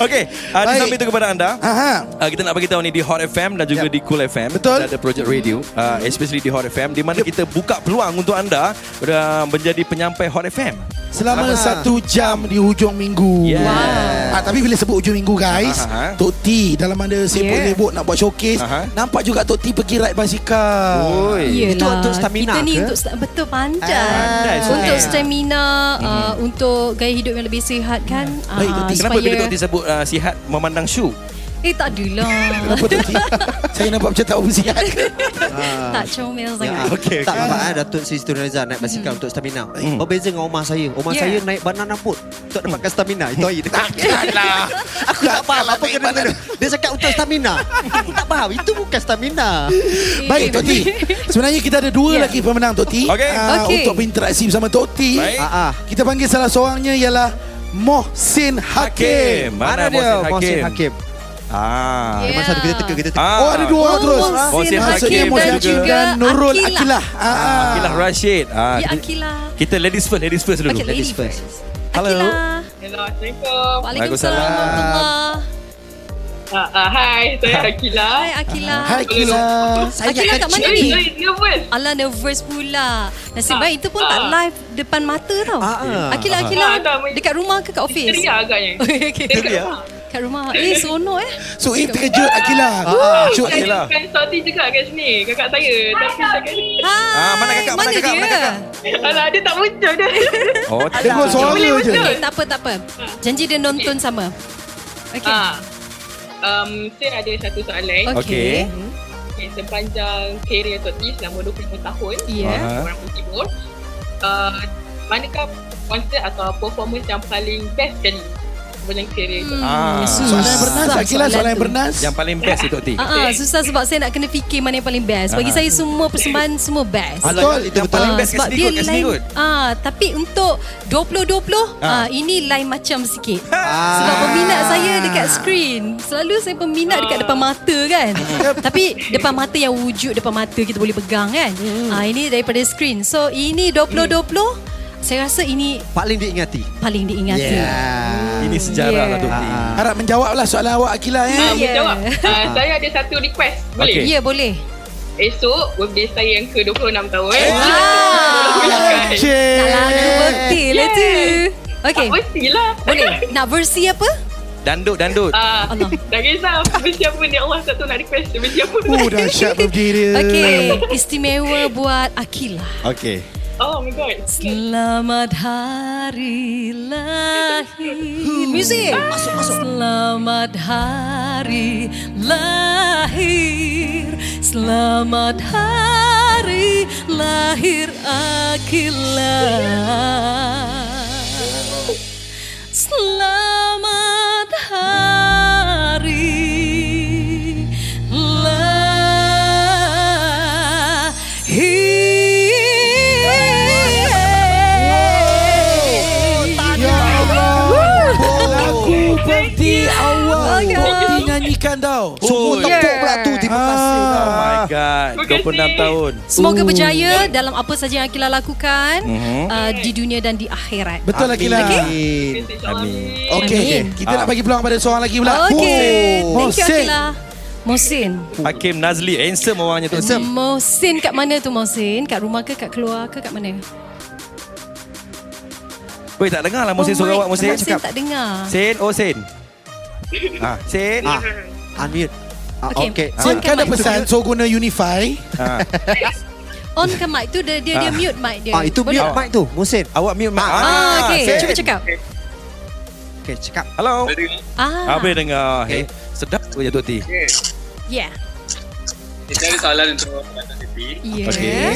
[SPEAKER 2] Okey, uh, di
[SPEAKER 3] Baik.
[SPEAKER 2] samping itu kepada anda.
[SPEAKER 3] Aha.
[SPEAKER 2] Uh, kita nak bagi tahu ni di Hot FM dan juga
[SPEAKER 4] Yep.
[SPEAKER 2] di Cool FM.
[SPEAKER 3] Betul.
[SPEAKER 2] Kita ada projek radio, uh, especially di Hot FM di mana kita buka peluang untuk anda uh, menjadi penyampai Hot FM.
[SPEAKER 3] Selama
[SPEAKER 4] Lama.
[SPEAKER 3] satu jam di hujung minggu
[SPEAKER 2] Yeah.
[SPEAKER 3] wow. ah, Tapi bila sebut hujung minggu guys
[SPEAKER 2] Aha.
[SPEAKER 3] uh-huh. Tok T dalam ada sibuk-sibuk nak buat showcase
[SPEAKER 2] Aha.
[SPEAKER 3] uh-huh. Nampak juga Tok T pergi ride basikal
[SPEAKER 2] Oi.
[SPEAKER 5] Yelah,
[SPEAKER 4] Itu untuk stamina
[SPEAKER 5] Kita ni
[SPEAKER 4] ke?
[SPEAKER 5] untuk sta- betul pandai.
[SPEAKER 2] pandai
[SPEAKER 5] Ah,
[SPEAKER 2] sebenarnya.
[SPEAKER 5] untuk stamina, uh, untuk gaya hidup yang lebih sihat kan. Ah,
[SPEAKER 3] Baik, Tok T.
[SPEAKER 2] Kenapa bila Tok T sebut uh, sihat memandang syu?
[SPEAKER 5] Eh tak adalah.
[SPEAKER 3] Kenapa Tok T? Saya nampak macam tak bersihat
[SPEAKER 5] tak comel sangat. Hmm.
[SPEAKER 2] Okey,
[SPEAKER 4] Ah. Ya. tak nampak eh Datuk Sri Siti Nurhaliza naik basikal untuk stamina. Berbeza dengan omah saya. Omah
[SPEAKER 5] Yeah.
[SPEAKER 4] saya naik banana boat untuk dapatkan stamina. Itu air. Takkanlah. Aku tak faham apa kena kena. Dia cakap untuk stamina. Aku tak faham. Itu bukan stamina.
[SPEAKER 3] Baik Tok T Sebenarnya kita ada dua
[SPEAKER 5] Ya.
[SPEAKER 3] lagi pemenang Tok T
[SPEAKER 2] Okey.
[SPEAKER 3] Ah,
[SPEAKER 5] Okey.
[SPEAKER 3] Untuk berinteraksi bersama Tok T
[SPEAKER 2] Baik.
[SPEAKER 4] Ah, ah.
[SPEAKER 3] Kita panggil salah seorangnya ialah Mohsin
[SPEAKER 2] Hakim. Eh,
[SPEAKER 3] Hakim
[SPEAKER 2] Mana, dia?
[SPEAKER 4] Mohsin Hakim.
[SPEAKER 2] Ah.
[SPEAKER 5] Yeah.
[SPEAKER 4] Masa tu kita teka kita teka.
[SPEAKER 2] Ah.
[SPEAKER 3] Oh ada dua orang
[SPEAKER 5] Oh,
[SPEAKER 3] terus Ah,
[SPEAKER 2] Mohsin
[SPEAKER 5] Mohsin
[SPEAKER 3] Maksudnya
[SPEAKER 5] Hakim
[SPEAKER 2] Hakim
[SPEAKER 3] Mohsin
[SPEAKER 5] dan
[SPEAKER 2] juga.
[SPEAKER 3] Hakim
[SPEAKER 5] juga
[SPEAKER 3] dan Nurul
[SPEAKER 5] Akilah.
[SPEAKER 3] Akilah Ah, ah.
[SPEAKER 2] Akilah Rashid. Ah,
[SPEAKER 5] Ya
[SPEAKER 2] kita,
[SPEAKER 5] Akilah.
[SPEAKER 2] kita ladies first, ladies first dulu.
[SPEAKER 5] Okay, ladies
[SPEAKER 4] ladies first.
[SPEAKER 5] first.
[SPEAKER 2] Hello.
[SPEAKER 5] Akilah.
[SPEAKER 8] Assalamualaikum.
[SPEAKER 5] Waalaikumsalam.
[SPEAKER 2] Waalaikumsalam.
[SPEAKER 5] warahmatullah.
[SPEAKER 8] Ah, ah, hai, saya Akila.
[SPEAKER 5] Hai Akilah.
[SPEAKER 3] Hai Akilah
[SPEAKER 5] Akilah kat mana
[SPEAKER 8] Sorry,
[SPEAKER 5] ni?
[SPEAKER 8] sorry, nervous.
[SPEAKER 5] Alah nervous pula. Nasib
[SPEAKER 8] Ah,
[SPEAKER 5] baik itu pun tak
[SPEAKER 8] ah.
[SPEAKER 5] live depan mata tau.
[SPEAKER 4] Ah, ah.
[SPEAKER 5] Akilah,
[SPEAKER 8] Ah,
[SPEAKER 5] Akilah.
[SPEAKER 8] tak, boleh.
[SPEAKER 5] Dekat rumah ke kat office?
[SPEAKER 8] Ceria agaknya.
[SPEAKER 5] Okay, okay.
[SPEAKER 8] Ceria?
[SPEAKER 5] Kat
[SPEAKER 8] ah.
[SPEAKER 5] rumah. Eh, seronok eh.
[SPEAKER 3] Suib terkejut Akila.
[SPEAKER 4] ah.
[SPEAKER 3] Terkejut
[SPEAKER 8] Saya
[SPEAKER 2] Akila.
[SPEAKER 8] bukan sorti juga kat sini. Kakak saya. Tapi saya...
[SPEAKER 5] Hai.
[SPEAKER 2] Ah, mana kakak? Mana kakak?
[SPEAKER 5] dia?
[SPEAKER 2] Mana kakak?
[SPEAKER 8] Alah, dia tak muncul dia.
[SPEAKER 2] Oh, tak.
[SPEAKER 3] Dengar suara
[SPEAKER 8] Boleh
[SPEAKER 3] je.
[SPEAKER 8] betul. Eh.
[SPEAKER 5] Okay, Eh, tak apa, tak apa. Janji dia nonton sama. Okay.
[SPEAKER 8] Ah, um, saya ada satu soalan.
[SPEAKER 5] Okay.
[SPEAKER 2] Okey.
[SPEAKER 8] Okay, sepanjang kerjaya Tok T selama 25 tahun,
[SPEAKER 5] Ya.
[SPEAKER 2] Ah.
[SPEAKER 8] orang Pun Timur, uh, manakah konsert atau performance yang paling best sekali sepanjang kerjaya Tok T?
[SPEAKER 2] Ah.
[SPEAKER 3] Soalan yang bernas
[SPEAKER 5] Susah
[SPEAKER 3] Akila soalan yang bernas.
[SPEAKER 2] Yang paling best tu Tok T.
[SPEAKER 5] Ah, ah, susah sebab saya nak kena fikir mana yang paling best. Bagi
[SPEAKER 2] Ah.
[SPEAKER 5] saya semua persembahan semua best.
[SPEAKER 2] Betul,
[SPEAKER 4] itu
[SPEAKER 2] yang
[SPEAKER 4] betul.
[SPEAKER 2] paling
[SPEAKER 5] Ah,
[SPEAKER 2] best kat
[SPEAKER 5] sebab dia
[SPEAKER 2] sini kot, kat sini
[SPEAKER 5] lain-
[SPEAKER 2] kot.
[SPEAKER 5] Ah, tapi untuk 2020, ah.
[SPEAKER 2] Ah. Ha.
[SPEAKER 5] ini lain macam sikit.
[SPEAKER 4] Ah.
[SPEAKER 5] Sebab peminat saya dekat screen. Selalu saya peminat dekat depan mata kan. tapi depan mata yang wujud depan mata kita boleh pegang kan.
[SPEAKER 2] Hmm.
[SPEAKER 5] Ah, ini daripada screen. So ini 2020, saya rasa ini
[SPEAKER 4] Paling diingati.
[SPEAKER 5] paling diingati.
[SPEAKER 2] Ini sejarah lah
[SPEAKER 5] Yeah.
[SPEAKER 2] Tok T.
[SPEAKER 3] Harap menjawablah soalan awak Akila ya.
[SPEAKER 8] Ah,
[SPEAKER 5] Ya.
[SPEAKER 8] Menjawab. Ah, saya ada satu request. Boleh?
[SPEAKER 2] Okey.
[SPEAKER 5] Ya, boleh.
[SPEAKER 8] Esok birthday saya yang ke-26
[SPEAKER 5] Wow.
[SPEAKER 8] tahun. Silakan.
[SPEAKER 5] Dah lalu betul lah tu. Okay.
[SPEAKER 8] Tak Ah, mestilah.
[SPEAKER 5] Boleh. Nak versi apa?
[SPEAKER 2] Dandut, dandut.
[SPEAKER 8] Ah,
[SPEAKER 5] Allah.
[SPEAKER 8] tak kisah Mesti apa ni Allah tak tahu nak request dia Mesti apa
[SPEAKER 3] Oh dahsyat berdiri dia.
[SPEAKER 5] Okay. Istimewa buat Akilah.
[SPEAKER 2] Okey.
[SPEAKER 8] Oh my god
[SPEAKER 5] Selamat hari lahir. Muzik. Masuk masuk. Selamat hari lahir. Selamat hari lahir Akila. Selamat hari Ya.
[SPEAKER 3] bukan tau. Ah.
[SPEAKER 4] Sungguh
[SPEAKER 2] Oi.
[SPEAKER 4] tepuk pula tu. Terima kasih.
[SPEAKER 2] Oh
[SPEAKER 4] tau.
[SPEAKER 2] my god.
[SPEAKER 8] Terima
[SPEAKER 2] 26
[SPEAKER 8] kasih.
[SPEAKER 2] tahun.
[SPEAKER 5] Semoga berjaya dalam apa saja yang Akila lakukan
[SPEAKER 2] Mhm.
[SPEAKER 5] uh, di dunia dan di akhirat.
[SPEAKER 3] Betul lagi lah. Kila.
[SPEAKER 4] Amin.
[SPEAKER 8] Amin.
[SPEAKER 3] Okey,
[SPEAKER 5] Amin.
[SPEAKER 3] kita
[SPEAKER 2] Ah.
[SPEAKER 3] nak bagi peluang pada seorang lagi pula. Oh,
[SPEAKER 5] Okay. Thank you
[SPEAKER 3] Mohsin.
[SPEAKER 5] Akila. Mohsin.
[SPEAKER 2] Hakim Nazli handsome orangnya tu.
[SPEAKER 5] Mohsin kat mana tu Mohsin? Kat rumah ke kat keluar ke kat mana?
[SPEAKER 2] Weh tak dengar lah Mohsin
[SPEAKER 5] Oh,
[SPEAKER 2] suara
[SPEAKER 5] mic.
[SPEAKER 2] awak Mohsin
[SPEAKER 5] Mohsin tak dengar.
[SPEAKER 2] Sin, oh Sin. Ah, Sin.
[SPEAKER 4] Ah, Amir. Ah,
[SPEAKER 5] Okey.
[SPEAKER 4] Okey.
[SPEAKER 5] Ah.
[SPEAKER 3] Sin kan ada
[SPEAKER 5] Mic.
[SPEAKER 3] pesan so guna unify.
[SPEAKER 2] Ah.
[SPEAKER 5] On ke mic tu dia dia, dia mute mic dia.
[SPEAKER 4] Ah, itu
[SPEAKER 5] Boleh?
[SPEAKER 4] mute mic tu. Musin.
[SPEAKER 2] Awak mute mic.
[SPEAKER 5] Ah, okay.
[SPEAKER 2] Sin.
[SPEAKER 5] Cuba cakap.
[SPEAKER 4] Okey, cakap.
[SPEAKER 2] Hello.
[SPEAKER 5] Ah,
[SPEAKER 2] Ah, boleh dengar.
[SPEAKER 4] Okay.
[SPEAKER 2] Eh, sedap tu je Tok T.
[SPEAKER 5] yeah.
[SPEAKER 9] Kita ada soalan untuk Dato' Siti.
[SPEAKER 5] Yeah.
[SPEAKER 2] Okey.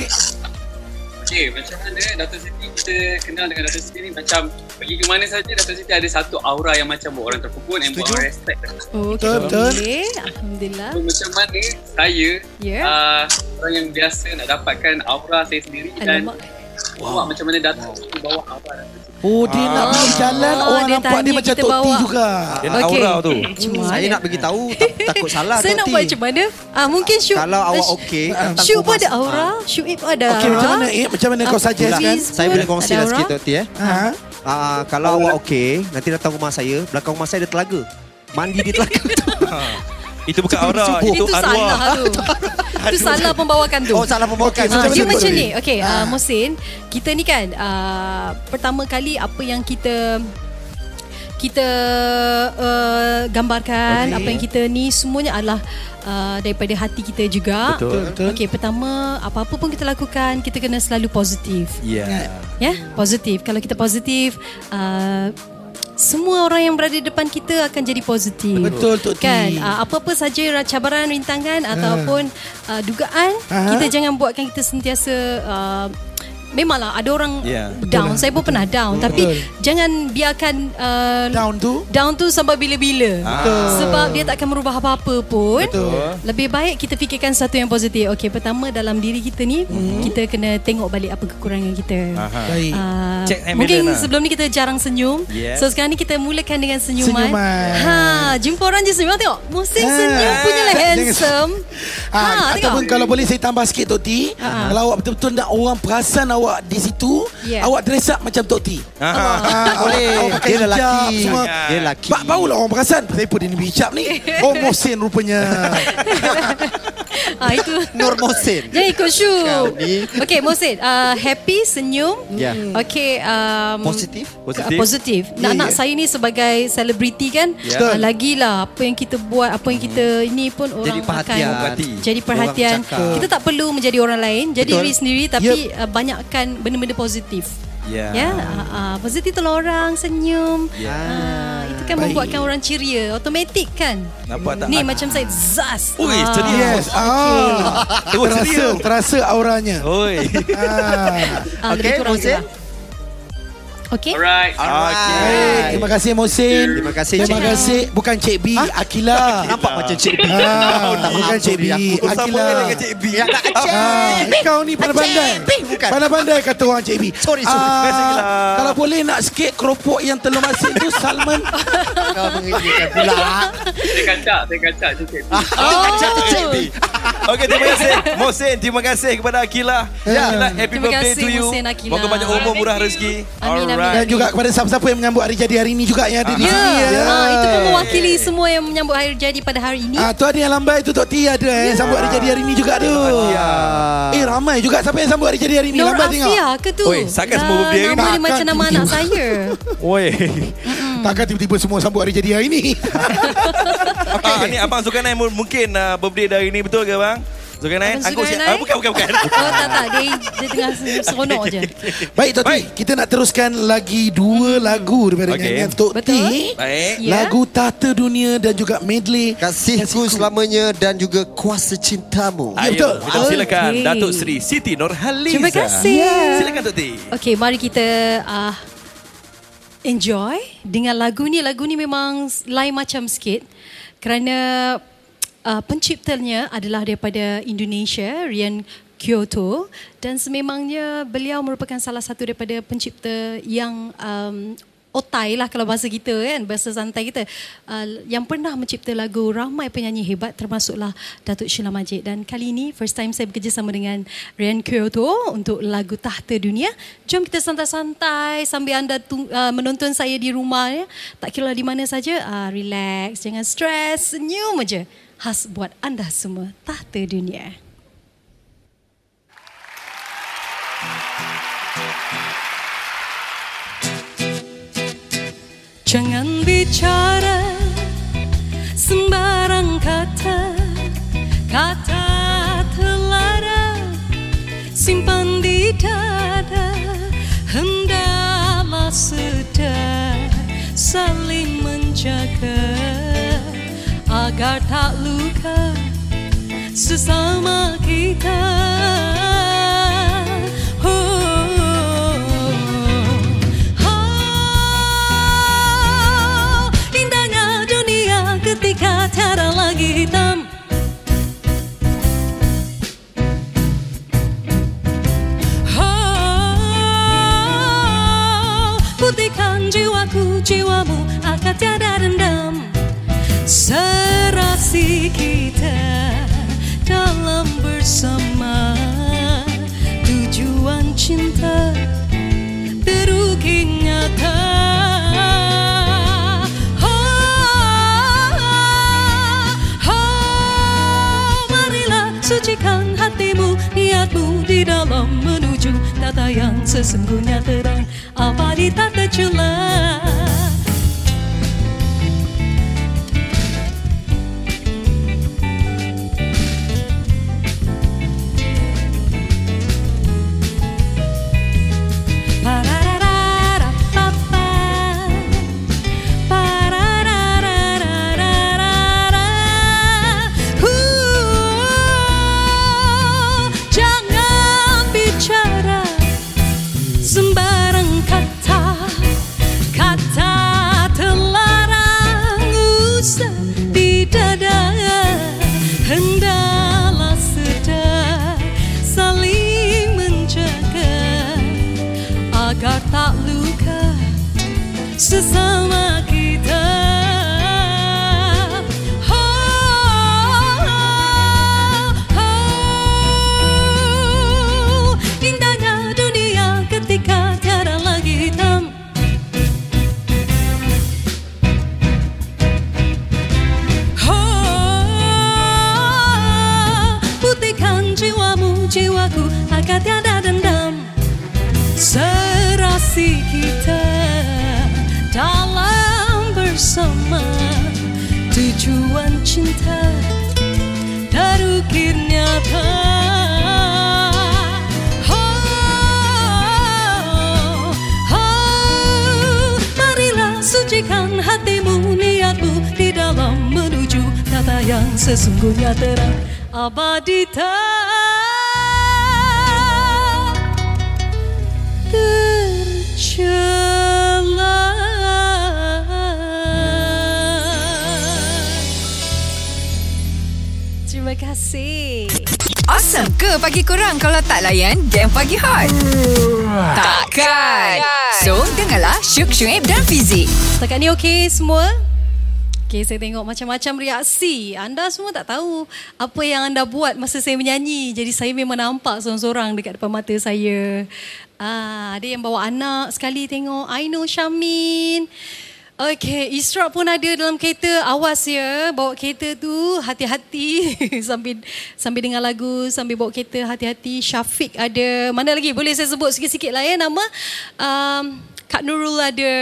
[SPEAKER 9] Okey, macam mana Dato' Siti, kita kenal dengan Dato' Siti ni macam pergi ke mana saja Dato' Siti ada satu aura yang macam buat orang terpukul and buat
[SPEAKER 4] Setuju.
[SPEAKER 9] orang respect. So,
[SPEAKER 5] Oh, Okay.
[SPEAKER 3] Betul, betul.
[SPEAKER 5] Okey. Alhamdulillah.
[SPEAKER 9] macam mana saya
[SPEAKER 5] Ya.
[SPEAKER 9] uh, orang yang biasa nak dapatkan aura saya sendiri
[SPEAKER 5] Alamak.
[SPEAKER 9] dan Wow. macam mana Dato' Siti bawa aura Dato' Siti.
[SPEAKER 3] Oh, dia nak
[SPEAKER 5] Ah.
[SPEAKER 3] pergi jalan
[SPEAKER 5] Oh,
[SPEAKER 3] orang
[SPEAKER 5] dia
[SPEAKER 3] nampak dia
[SPEAKER 5] tanya
[SPEAKER 3] macam
[SPEAKER 5] kita
[SPEAKER 3] Tok T
[SPEAKER 5] bawa.
[SPEAKER 3] juga.
[SPEAKER 2] Dia nak
[SPEAKER 5] Okey.
[SPEAKER 2] Ah, aura tu.
[SPEAKER 5] Hmm, Cuma
[SPEAKER 4] Saya
[SPEAKER 5] ada.
[SPEAKER 4] nak bagi tahu tak, takut salah
[SPEAKER 5] Saya
[SPEAKER 4] Tok
[SPEAKER 5] nak
[SPEAKER 4] T.
[SPEAKER 5] buat macam mana? Ah, mungkin Syuk.
[SPEAKER 4] Kalau awak
[SPEAKER 5] eh,
[SPEAKER 4] okey,
[SPEAKER 5] Syuk-
[SPEAKER 4] datang
[SPEAKER 5] Syuk
[SPEAKER 4] kumas.
[SPEAKER 5] pun ada
[SPEAKER 4] Ah.
[SPEAKER 5] aura. Syuk Ib pun ada aura.
[SPEAKER 3] Okey, macam mana? Eh, macam mana kau
[SPEAKER 5] Ah,
[SPEAKER 3] suggest kan?
[SPEAKER 5] Fiz
[SPEAKER 4] Saya
[SPEAKER 5] pun
[SPEAKER 4] boleh kongsi
[SPEAKER 5] ada
[SPEAKER 4] lah
[SPEAKER 5] aura.
[SPEAKER 4] sikit Tok T eh.
[SPEAKER 3] Ha?
[SPEAKER 4] Ah, kalau awak okey, nanti datang rumah saya. Belakang rumah saya ada telaga. Mandi di telaga tu.
[SPEAKER 2] Itu bukan aura,
[SPEAKER 5] Itu,
[SPEAKER 2] itu
[SPEAKER 5] salah
[SPEAKER 2] arwah.
[SPEAKER 5] tu. Itu salah pembawakan tu.
[SPEAKER 4] Oh, salah pembawakan.
[SPEAKER 5] Ah,
[SPEAKER 4] Macam
[SPEAKER 5] dia
[SPEAKER 4] mana,
[SPEAKER 5] macam
[SPEAKER 4] Tok T?
[SPEAKER 5] ni. Okey, ah. Mohsin, kita ni kan ah, pertama kali apa yang kita kita uh, gambarkan
[SPEAKER 4] Okey.
[SPEAKER 5] apa yang kita ni semuanya adalah uh, daripada hati kita juga.
[SPEAKER 2] Betul.
[SPEAKER 3] Betul.
[SPEAKER 5] Okey, pertama apa-apa pun kita lakukan, kita kena selalu positif.
[SPEAKER 2] Ya.
[SPEAKER 5] Ya, positif. Kalau kita positif, uh, semua orang yang berada di depan kita akan jadi positif.
[SPEAKER 3] Betul, Tok T. Ah.
[SPEAKER 5] Kan, uh, apa-apa saja ra- cabaran, rintangan ataupun uh, dugaan,
[SPEAKER 3] Aha.
[SPEAKER 5] kita jangan buatkan kita sentiasa uh, Memanglah ada orang
[SPEAKER 2] Ya, betul
[SPEAKER 5] down. Saya pun pernah down. Tapi jangan biarkan uh,
[SPEAKER 3] Down tu. Ah.
[SPEAKER 5] down tu sampai bila-bila. Sebab dia tak akan merubah apa-apa pun.
[SPEAKER 3] Betul.
[SPEAKER 5] Lebih baik kita fikirkan satu yang positif. Okey, pertama dalam diri kita ni, hmm. kita kena tengok balik apa kekurangan kita.
[SPEAKER 2] Aha.
[SPEAKER 3] Mhm. Baik.
[SPEAKER 5] Ah,
[SPEAKER 2] Check and
[SPEAKER 5] mungkin
[SPEAKER 2] balance lah.
[SPEAKER 5] sebelum ni kita jarang senyum.
[SPEAKER 2] Yes.
[SPEAKER 5] So sekarang ni kita mulakan dengan senyuman.
[SPEAKER 3] Senyuman.
[SPEAKER 5] Ha, jumpa orang je senyum tengok. Musim
[SPEAKER 3] Ah.
[SPEAKER 5] senyum punya lah
[SPEAKER 3] Tak, jangan-
[SPEAKER 5] handsome. Ha,
[SPEAKER 3] Ha,
[SPEAKER 5] tengok.
[SPEAKER 3] ataupun kalau boleh saya tambah sikit Tok T.
[SPEAKER 5] Ha.
[SPEAKER 3] Kalau awak betul-betul nak orang perasan awak di situ,
[SPEAKER 5] Yeah.
[SPEAKER 3] awak dress up macam Tok T.
[SPEAKER 2] Aha.
[SPEAKER 3] Ha,
[SPEAKER 4] Boleh.
[SPEAKER 3] awak pakai
[SPEAKER 4] Dia
[SPEAKER 3] hijab
[SPEAKER 4] lelaki.
[SPEAKER 3] semua.
[SPEAKER 4] Dia lelaki.
[SPEAKER 3] Bak bau lah orang perasan. Saya pun dia ni hijab ni. Oh, Mohsin rupanya.
[SPEAKER 5] Ha, itu.
[SPEAKER 4] Nur Mohsin.
[SPEAKER 5] Jangan ikut syuk.
[SPEAKER 4] Kami.
[SPEAKER 5] Okay, Mohsin. Uh, happy, senyum.
[SPEAKER 4] Ya.
[SPEAKER 5] Okay. Um,
[SPEAKER 4] Positif.
[SPEAKER 2] Positif.
[SPEAKER 5] Positif. positif. Nak nak
[SPEAKER 3] ya.
[SPEAKER 5] saya ni sebagai selebriti kan.
[SPEAKER 2] Ya.
[SPEAKER 5] Yeah. Lagilah apa yang kita buat, apa yang kita ini pun orang
[SPEAKER 4] Jadi perhatian.
[SPEAKER 5] akan
[SPEAKER 2] Perhati.
[SPEAKER 5] jadi perhatian.
[SPEAKER 4] Orang cakap.
[SPEAKER 5] Kita tak perlu menjadi orang lain, jadi
[SPEAKER 4] Betul.
[SPEAKER 5] diri sendiri tapi yep. uh, banyakkan benda-benda positif.
[SPEAKER 2] Ya.
[SPEAKER 5] Ya, uh, uh, positif tolong orang, senyum.
[SPEAKER 2] Ya.
[SPEAKER 5] Uh, itu kan
[SPEAKER 3] Baik.
[SPEAKER 5] membuatkan orang ceria, automatik kan?
[SPEAKER 2] Nampak tak?
[SPEAKER 5] Ni
[SPEAKER 2] Ah.
[SPEAKER 5] macam saya zas.
[SPEAKER 2] Ui,
[SPEAKER 5] Ah.
[SPEAKER 2] ceria.
[SPEAKER 3] yes. Ah.
[SPEAKER 2] Terus
[SPEAKER 3] Terasa,
[SPEAKER 2] seria.
[SPEAKER 3] terasa auranya.
[SPEAKER 2] Oi.
[SPEAKER 3] Ah.
[SPEAKER 5] Ah, lebih
[SPEAKER 4] Okey,
[SPEAKER 5] kurang
[SPEAKER 4] Mohsin.
[SPEAKER 5] itulah. Okey.
[SPEAKER 9] Alright.
[SPEAKER 2] Ah. Okay.
[SPEAKER 3] Baik, terima kasih Mohsin.
[SPEAKER 4] Terima kasih,
[SPEAKER 3] Terima
[SPEAKER 4] Cik B.
[SPEAKER 3] kasih bukan Cik B, Akila.
[SPEAKER 4] Nampak macam Cik B.
[SPEAKER 3] Ah, bukan Cik B,
[SPEAKER 2] Aku sama dengan
[SPEAKER 3] Akila.
[SPEAKER 2] Cik B.
[SPEAKER 4] Ya, nak
[SPEAKER 3] Ah, kau ni pandai pandai.
[SPEAKER 4] Cik B, bukan.
[SPEAKER 3] Pandai pandai kata orang Cik B.
[SPEAKER 4] Sorry, sorry.
[SPEAKER 3] Ah, kalau boleh nak sikit keropok yang telur masin tu salmon.
[SPEAKER 4] Kau mengerjakan pula.
[SPEAKER 9] Saya kacak, saya kacak je Cik.
[SPEAKER 3] Ah.
[SPEAKER 4] Oh. Kacau tu Cik B.
[SPEAKER 2] Ah, Okey, terima kasih. Mohsin, terima kasih kepada Akilah.
[SPEAKER 3] Ya.
[SPEAKER 2] Akilah, happy
[SPEAKER 5] Terima
[SPEAKER 2] birthday
[SPEAKER 5] kasih,
[SPEAKER 2] to you.
[SPEAKER 5] Mohsin, Akilah.
[SPEAKER 2] Moga banyak umur, murah rezeki.
[SPEAKER 5] Amin, amin.
[SPEAKER 2] Alright.
[SPEAKER 3] Dan juga kepada siapa-siapa yang menyambut hari jadi hari ini juga yang ada di
[SPEAKER 5] Ya,
[SPEAKER 3] sini.
[SPEAKER 5] yeah. ah, itu pun mewakili semua yang menyambut hari jadi pada hari ini.
[SPEAKER 3] Ah, tu ada yang lambai tu Tok Tia ada eh. Sambut hari jadi hari ini juga tu. Eh ramai juga siapa yang sambut hari jadi hari ini.
[SPEAKER 5] Nur
[SPEAKER 3] Lambai tengok.
[SPEAKER 5] Afia ke tu?
[SPEAKER 2] Oi, sakan semua
[SPEAKER 5] Dah,
[SPEAKER 2] birthday ke
[SPEAKER 5] Nama
[SPEAKER 3] ni?
[SPEAKER 5] dia macam
[SPEAKER 3] Takkan
[SPEAKER 5] nama anak saya.
[SPEAKER 2] Oi.
[SPEAKER 3] Takkan tiba-tiba semua sambut hari jadi hari ini.
[SPEAKER 2] Okey, ah, ni Abang Zulkarnain mu- mungkin uh, birthday dari ini betul ke bang? Zulkarnain?
[SPEAKER 5] Abang
[SPEAKER 2] Angkut siap.
[SPEAKER 5] Zulkarnain?
[SPEAKER 2] Ah, bukan, bukan,
[SPEAKER 3] Ya,
[SPEAKER 2] bukan.
[SPEAKER 5] Oh tak tak dia, dia tengah senyum seronok je.
[SPEAKER 3] Baik Tok T,
[SPEAKER 2] Baik.
[SPEAKER 3] kita nak teruskan lagi dua lagu daripada
[SPEAKER 2] Okey.
[SPEAKER 3] nyanyian Tok T.
[SPEAKER 5] Betul.
[SPEAKER 2] Baik.
[SPEAKER 5] Ya.
[SPEAKER 3] Lagu Tata Dunia dan juga medley.
[SPEAKER 4] Kasihku selamanya dan juga kuasa cintamu.
[SPEAKER 3] Ya,
[SPEAKER 2] Ayo,
[SPEAKER 3] betul.
[SPEAKER 2] kita silakan
[SPEAKER 5] Okey.
[SPEAKER 2] Datuk Seri Siti Nurhaliza.
[SPEAKER 5] Terima kasih.
[SPEAKER 3] Ya.
[SPEAKER 2] Silakan Tok T.
[SPEAKER 5] Okey, mari kita ah enjoy dengan lagu ni. Lagu ni memang lain macam sikit kerana uh, penciptanya adalah daripada Indonesia, Rian Kyoto dan sememangnya beliau merupakan salah satu daripada pencipta yang um,
[SPEAKER 7] otai lah kalau bahasa kita kan, bahasa santai kita. Uh, yang pernah mencipta lagu ramai penyanyi hebat termasuklah Datuk Sheila Majid. Dan kali ini first time saya bekerjasama dengan Rian Kyoto untuk lagu Tahta Dunia. Jom kita santai-santai sambil anda tung, uh, menonton saya di rumah. Ya. Tak kira di mana saja, uh, relax, jangan stres, senyum aja. Khas buat anda semua, Tahta Dunia. Jangan bicara sembarang kata Kata terlarang simpan di dada Hendaklah sedar saling menjaga Agar tak luka sesama kita Oh, Oh, indahnya dunia ketika tiada lagi hitam Oh, putihkan jiwaku, jiwamu akan tiada dendam Serasi kita dalam bersama Tujuan cinta teruk ingatan. Oh, oh, marilah sucikan hatimu, niatmu di dalam menuju tata yang sesungguhnya terang. Apa di tata celah? Pararara, papa. Pararara, Huh. Jangan bicara sembarang kata, kata terlarang usah di dada. Hendaklah sedar saling menjaga agar tak luka sesama kita. Oh, oh, oh. Indahnya dunia ketika tiada lagi hitam Oh, putihkan jiwamu, jiwaku agar tiada dendam serasi kita dalam bersama tujuan cinta terukir nyata. Oh, oh, marilah sucikan hatimu, niatmu di dalam menuju tata yang sesungguhnya terang abadi tak tercela. Terima kasih.
[SPEAKER 1] Awesome ke pagi korang kalau tak layan game pagi hot? Takkan. So, dengarlah Syuk Syuib dan Fizik.
[SPEAKER 7] Setakat ni okey semua? Okey, saya tengok macam-macam reaksi. Anda semua tak tahu apa yang anda buat masa saya menyanyi. Jadi saya memang nampak seorang-seorang dekat depan mata saya. Ah, ada yang bawa anak sekali tengok. Aino Syamin. Okey, Isra pun ada dalam kereta. Awas ya, bawa kereta tu hati-hati sambil sambil dengar lagu, sambil bawa kereta hati-hati. Syafiq ada. Mana lagi? Boleh saya sebut sikit-sikit lah ya nama. Um, Kak Nurul ada,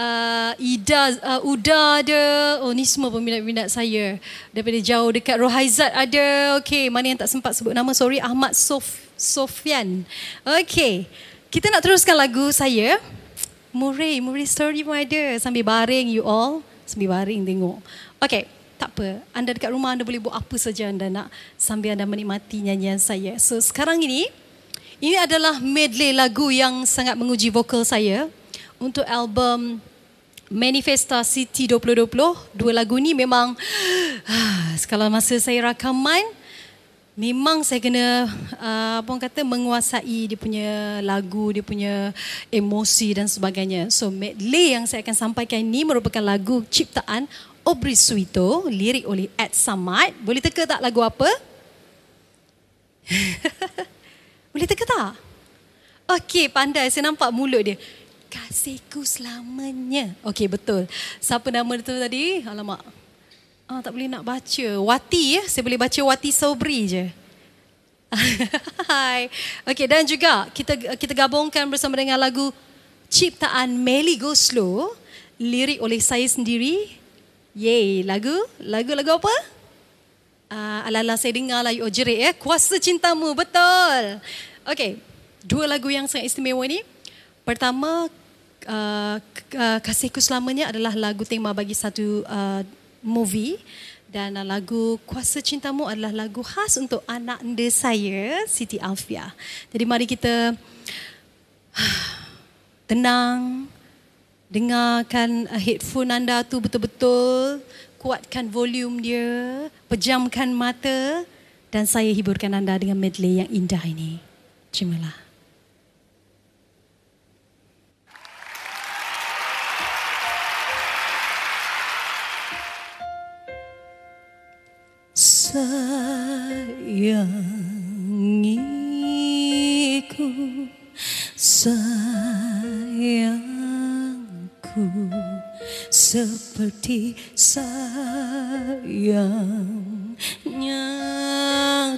[SPEAKER 7] uh, Ida, uh, Uda ada. Oh, ni semua peminat-peminat saya. Daripada jauh dekat Rohaizat ada. Okey, mana yang tak sempat sebut nama? Sorry, Ahmad Sof, Sofian. Okey, kita nak teruskan lagu saya. Murray, Murray Story pun ada. Sambil baring you all. Sambil baring tengok. Okey, tak apa. Anda dekat rumah, anda boleh buat apa saja anda nak. Sambil anda menikmati nyanyian saya. So, sekarang ini, ini adalah medley lagu yang sangat menguji vokal saya untuk album Manifesta City ah, 2020. Dua lagu ni memang skala masa saya rakaman Memang saya kena uh, apa orang kata menguasai dia punya lagu, dia punya emosi dan sebagainya. So medley yang saya akan sampaikan ini merupakan lagu ciptaan Aubrey Suito, lirik oleh Ed Samad. Boleh teka tak lagu apa? Boleh teka tak? Okey, pandai. Saya nampak mulut dia. Kasihku selamanya. Okey, betul. Siapa nama tu tadi? Alamak. Ah, tak boleh nak baca. Wati ya. Saya boleh baca Wati Sobri je. Hai. Okey, dan juga kita kita gabungkan bersama dengan lagu ciptaan Meli Go Slow, lirik oleh saya sendiri. Yay, lagu lagu lagu apa? Uh, ala-ala saya dengar lah Yuk Jerit ya. Kuasa Cintamu, betul. Okey, dua lagu yang sangat istimewa ni. Pertama, uh, K- uh, Kasihku Selamanya adalah lagu tema bagi satu uh, movie. Dan uh, lagu Kuasa Cintamu adalah lagu khas untuk anak anda saya, Siti Alfia. Jadi mari kita tenang, dengarkan uh, headphone anda tu betul-betul, kuatkan volume dia, pejamkan mata dan saya hiburkan anda dengan medley yang indah ini. lah. Terimalah. Sayangiku, sayangku, seperti sayangnya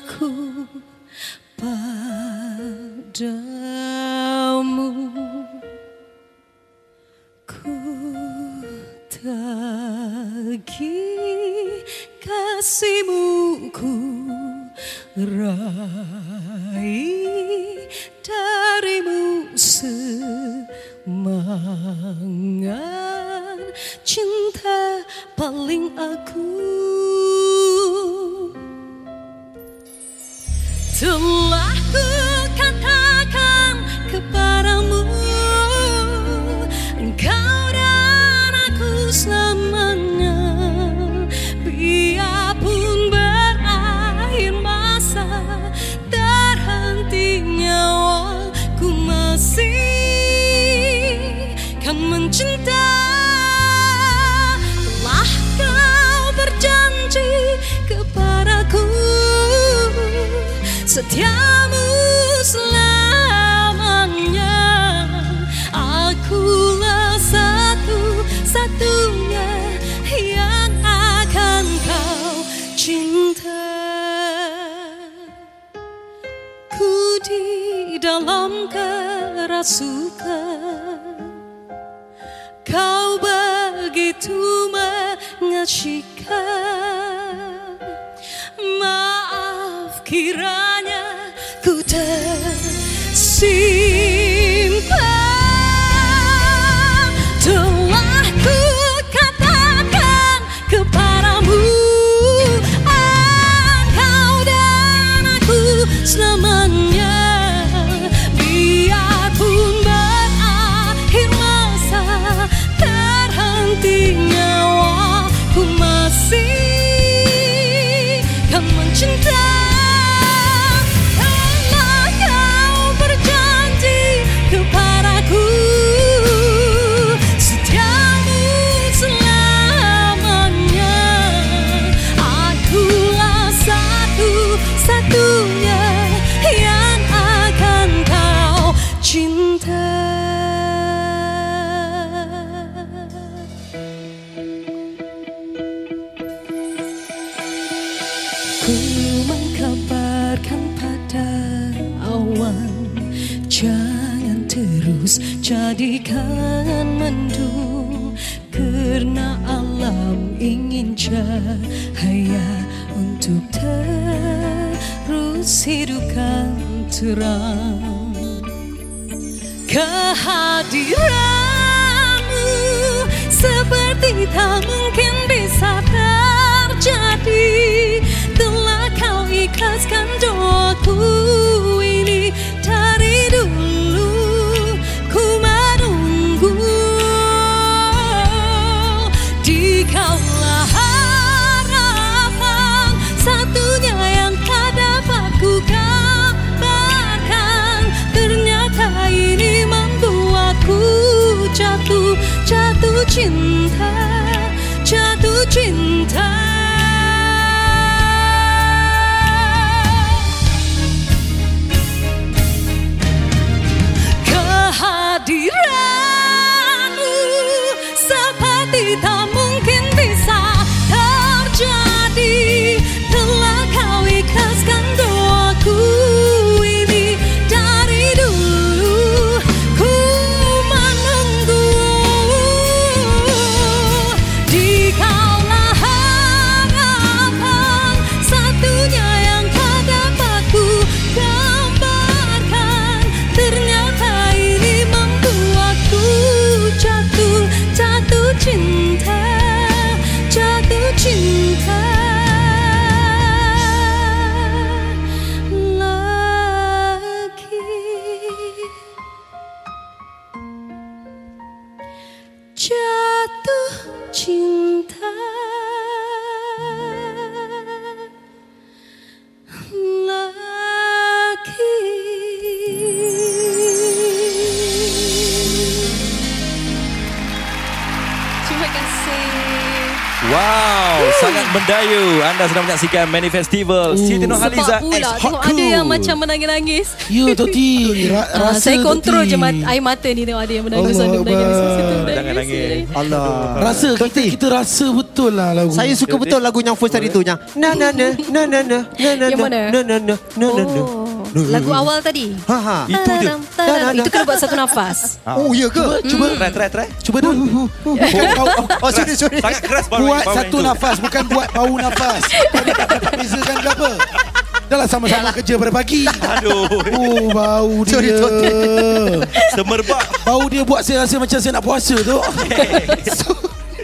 [SPEAKER 7] ku padamu. Ku tagih kasihmu ku raih darimu semangat cinta paling aku telah ku katakan kepadamu Engkau dan aku selamanya Biarpun berakhir masa Terhenti nyawaku masih Kan mencinta Telah kau berjanji kepadaku setiamu selamanya akulah satu satunya yang akan kau cinta ku di dalam kerasukan kau begitu mengasyikan Maaf kiranya ku tersimpan Telah ku katakan kepadamu Engkau dan aku selamanya Biarpun berakhir masa Terhenti nyawaku masih Kan mencinta Telah kau berjanji kepadaku Setiamu selamanya Akulah satu-satunya yang akan kau cinta Ku mengkabarkan pada awan Jangan terus jadikan mendung Kerana alam ingin cahaya Untuk terus hidupkan terang kehadiranmu seperti tak mungkin bisa terjadi telah kau ikhlaskan doaku ini dari dulu ku menunggu dikaulah harapan satunya yang kau dapat jatuh cinta, jatuh cinta. Kehadiranmu seperti tak mungkin bisa terjadi telah kau ikhlaskan doaku ini dari dulu ku menunggu dikaulah harapan satunya yang kadang aku gambarkan ternyata ini membuatku jatuh jatuh cinta jatuh cinta lagi jatuh cinta lagi. Terima kasih.
[SPEAKER 2] Wow, sangat mendayu. Anda sedang menyaksikan Manifestival Siti Nurhaliza X
[SPEAKER 7] Sebab pula
[SPEAKER 2] Hot
[SPEAKER 7] tengok
[SPEAKER 2] Cool.
[SPEAKER 7] ada yang macam menangis-nangis.
[SPEAKER 3] You Toti ra-
[SPEAKER 7] Ah,
[SPEAKER 3] Rasa
[SPEAKER 7] saya kontrol
[SPEAKER 3] Toti.
[SPEAKER 7] je mat, air mata ni tengok ada yang menangis
[SPEAKER 3] Allah
[SPEAKER 7] sana menangis
[SPEAKER 3] Akbar.
[SPEAKER 7] situ menangis.
[SPEAKER 2] Jangan nangis. Ah.
[SPEAKER 4] Allah.
[SPEAKER 3] Rasa kita, kita rasa betul lah lagu
[SPEAKER 4] Saya suka betul lagu yang first tadi tu yang na na na na na na na na
[SPEAKER 7] Yang mana?
[SPEAKER 4] na na na na na na.
[SPEAKER 7] Oh, lagu awal tadi.
[SPEAKER 4] Ha ha.
[SPEAKER 2] Itu je.
[SPEAKER 7] Tadam, tadam. Itu kena buat satu nafas. Hmm.
[SPEAKER 4] Oh ya ke?
[SPEAKER 2] Cuba
[SPEAKER 3] Mm.
[SPEAKER 2] try try try.
[SPEAKER 3] Cuba dulu Kau- kau-
[SPEAKER 4] Oh sorry sorry.
[SPEAKER 2] Sangat keras baru
[SPEAKER 3] Buat
[SPEAKER 2] baru
[SPEAKER 3] satu
[SPEAKER 2] itu.
[SPEAKER 3] nafas Bukan buat bau nafas Kau ni tak dapat Bezakan ke apa Dah lah sama-sama kerja pada pagi
[SPEAKER 2] Aduh,
[SPEAKER 3] Oh bau dia
[SPEAKER 4] Sorry, Toti.
[SPEAKER 2] semerbak.
[SPEAKER 3] Bau dia buat saya rasa macam saya nak puasa tu so,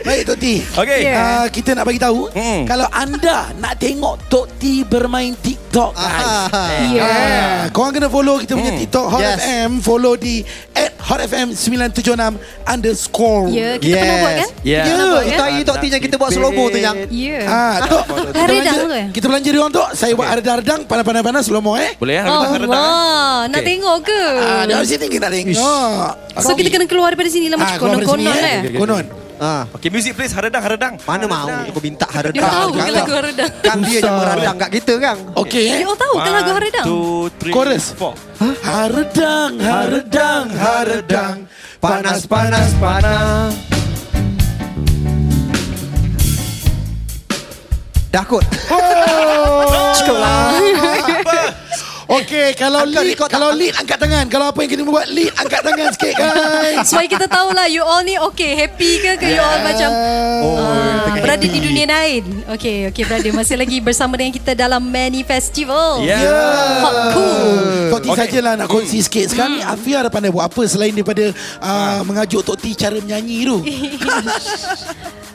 [SPEAKER 3] Baik Toti
[SPEAKER 2] Okey.
[SPEAKER 7] Yeah.
[SPEAKER 3] Uh, kita nak bagi tahu
[SPEAKER 2] Hmm.
[SPEAKER 3] kalau anda nak tengok Tok T bermain TikTok guys.
[SPEAKER 4] Ah.
[SPEAKER 3] Yeah. Korang kena follow kita punya TikTok Hot
[SPEAKER 4] Hmm. Yes.
[SPEAKER 3] FM. Follow di at Hot FM 976 underscore. Ya,
[SPEAKER 7] Ya, kita pernah buat kan?
[SPEAKER 2] Yeah.
[SPEAKER 7] Kita buat
[SPEAKER 4] Itu
[SPEAKER 7] kan?
[SPEAKER 4] air Tok T yang kita buat slow mo tu yang
[SPEAKER 7] Ya.
[SPEAKER 3] Ah, tok, kita
[SPEAKER 7] Haridang
[SPEAKER 3] belanja-
[SPEAKER 7] tu eh?
[SPEAKER 3] Kita belanja dia orang tok. Saya buat haridang-haridang, pandai-pandai-pandai slow mo eh.
[SPEAKER 2] Boleh ya?
[SPEAKER 7] Allah, Oh, nak
[SPEAKER 2] Okey.
[SPEAKER 7] tengok ke?
[SPEAKER 3] Ah, dia mesti tinggi nak tengok. Ha,
[SPEAKER 7] So kita kena keluar daripada sini lah
[SPEAKER 5] Ah,
[SPEAKER 7] macam konon-konon eh.
[SPEAKER 3] Konon.
[SPEAKER 4] ah
[SPEAKER 2] Okay, music please. Haredang, haredang.
[SPEAKER 4] mana mau aku minta haredang.
[SPEAKER 7] Dia tahu ke
[SPEAKER 4] Kan-
[SPEAKER 7] lagu Haridang?
[SPEAKER 4] Kan dia yang meradang kat kita kan.
[SPEAKER 3] Okey eh.
[SPEAKER 7] Dia oh, tahu ke lagu Haridang?
[SPEAKER 2] two, three,
[SPEAKER 3] Chorus.
[SPEAKER 2] four.
[SPEAKER 3] ha,
[SPEAKER 4] Ha,
[SPEAKER 3] Haredang, haredang, haredang.
[SPEAKER 4] Panas panas panas. Dah kot. Cukup lah.
[SPEAKER 3] Okey, kalau
[SPEAKER 4] Angkat
[SPEAKER 3] lead,
[SPEAKER 4] record tak?
[SPEAKER 3] kalau lead angkat tangan. Kalau apa yang kita buat lead angkat tangan sikit guys.
[SPEAKER 7] Supaya kita tahulah you all ni okay, happy ke ke you all macam
[SPEAKER 4] Oh,
[SPEAKER 7] Ah,
[SPEAKER 4] tengah
[SPEAKER 7] berada
[SPEAKER 4] happy.
[SPEAKER 7] di dunia lain. Okey, okey brother. Masih lagi bersama dengan kita dalam Many
[SPEAKER 5] Oh.
[SPEAKER 7] Festival.
[SPEAKER 2] Yeah.
[SPEAKER 7] Hot cool.
[SPEAKER 3] Toti
[SPEAKER 2] Okey.
[SPEAKER 3] okay. sajalah nak kongsi hmm. sikit Sekarang ni Afia dah pandai buat apa Selain daripada
[SPEAKER 5] Hmm.
[SPEAKER 3] uh, Mengajuk Tok T cara menyanyi tu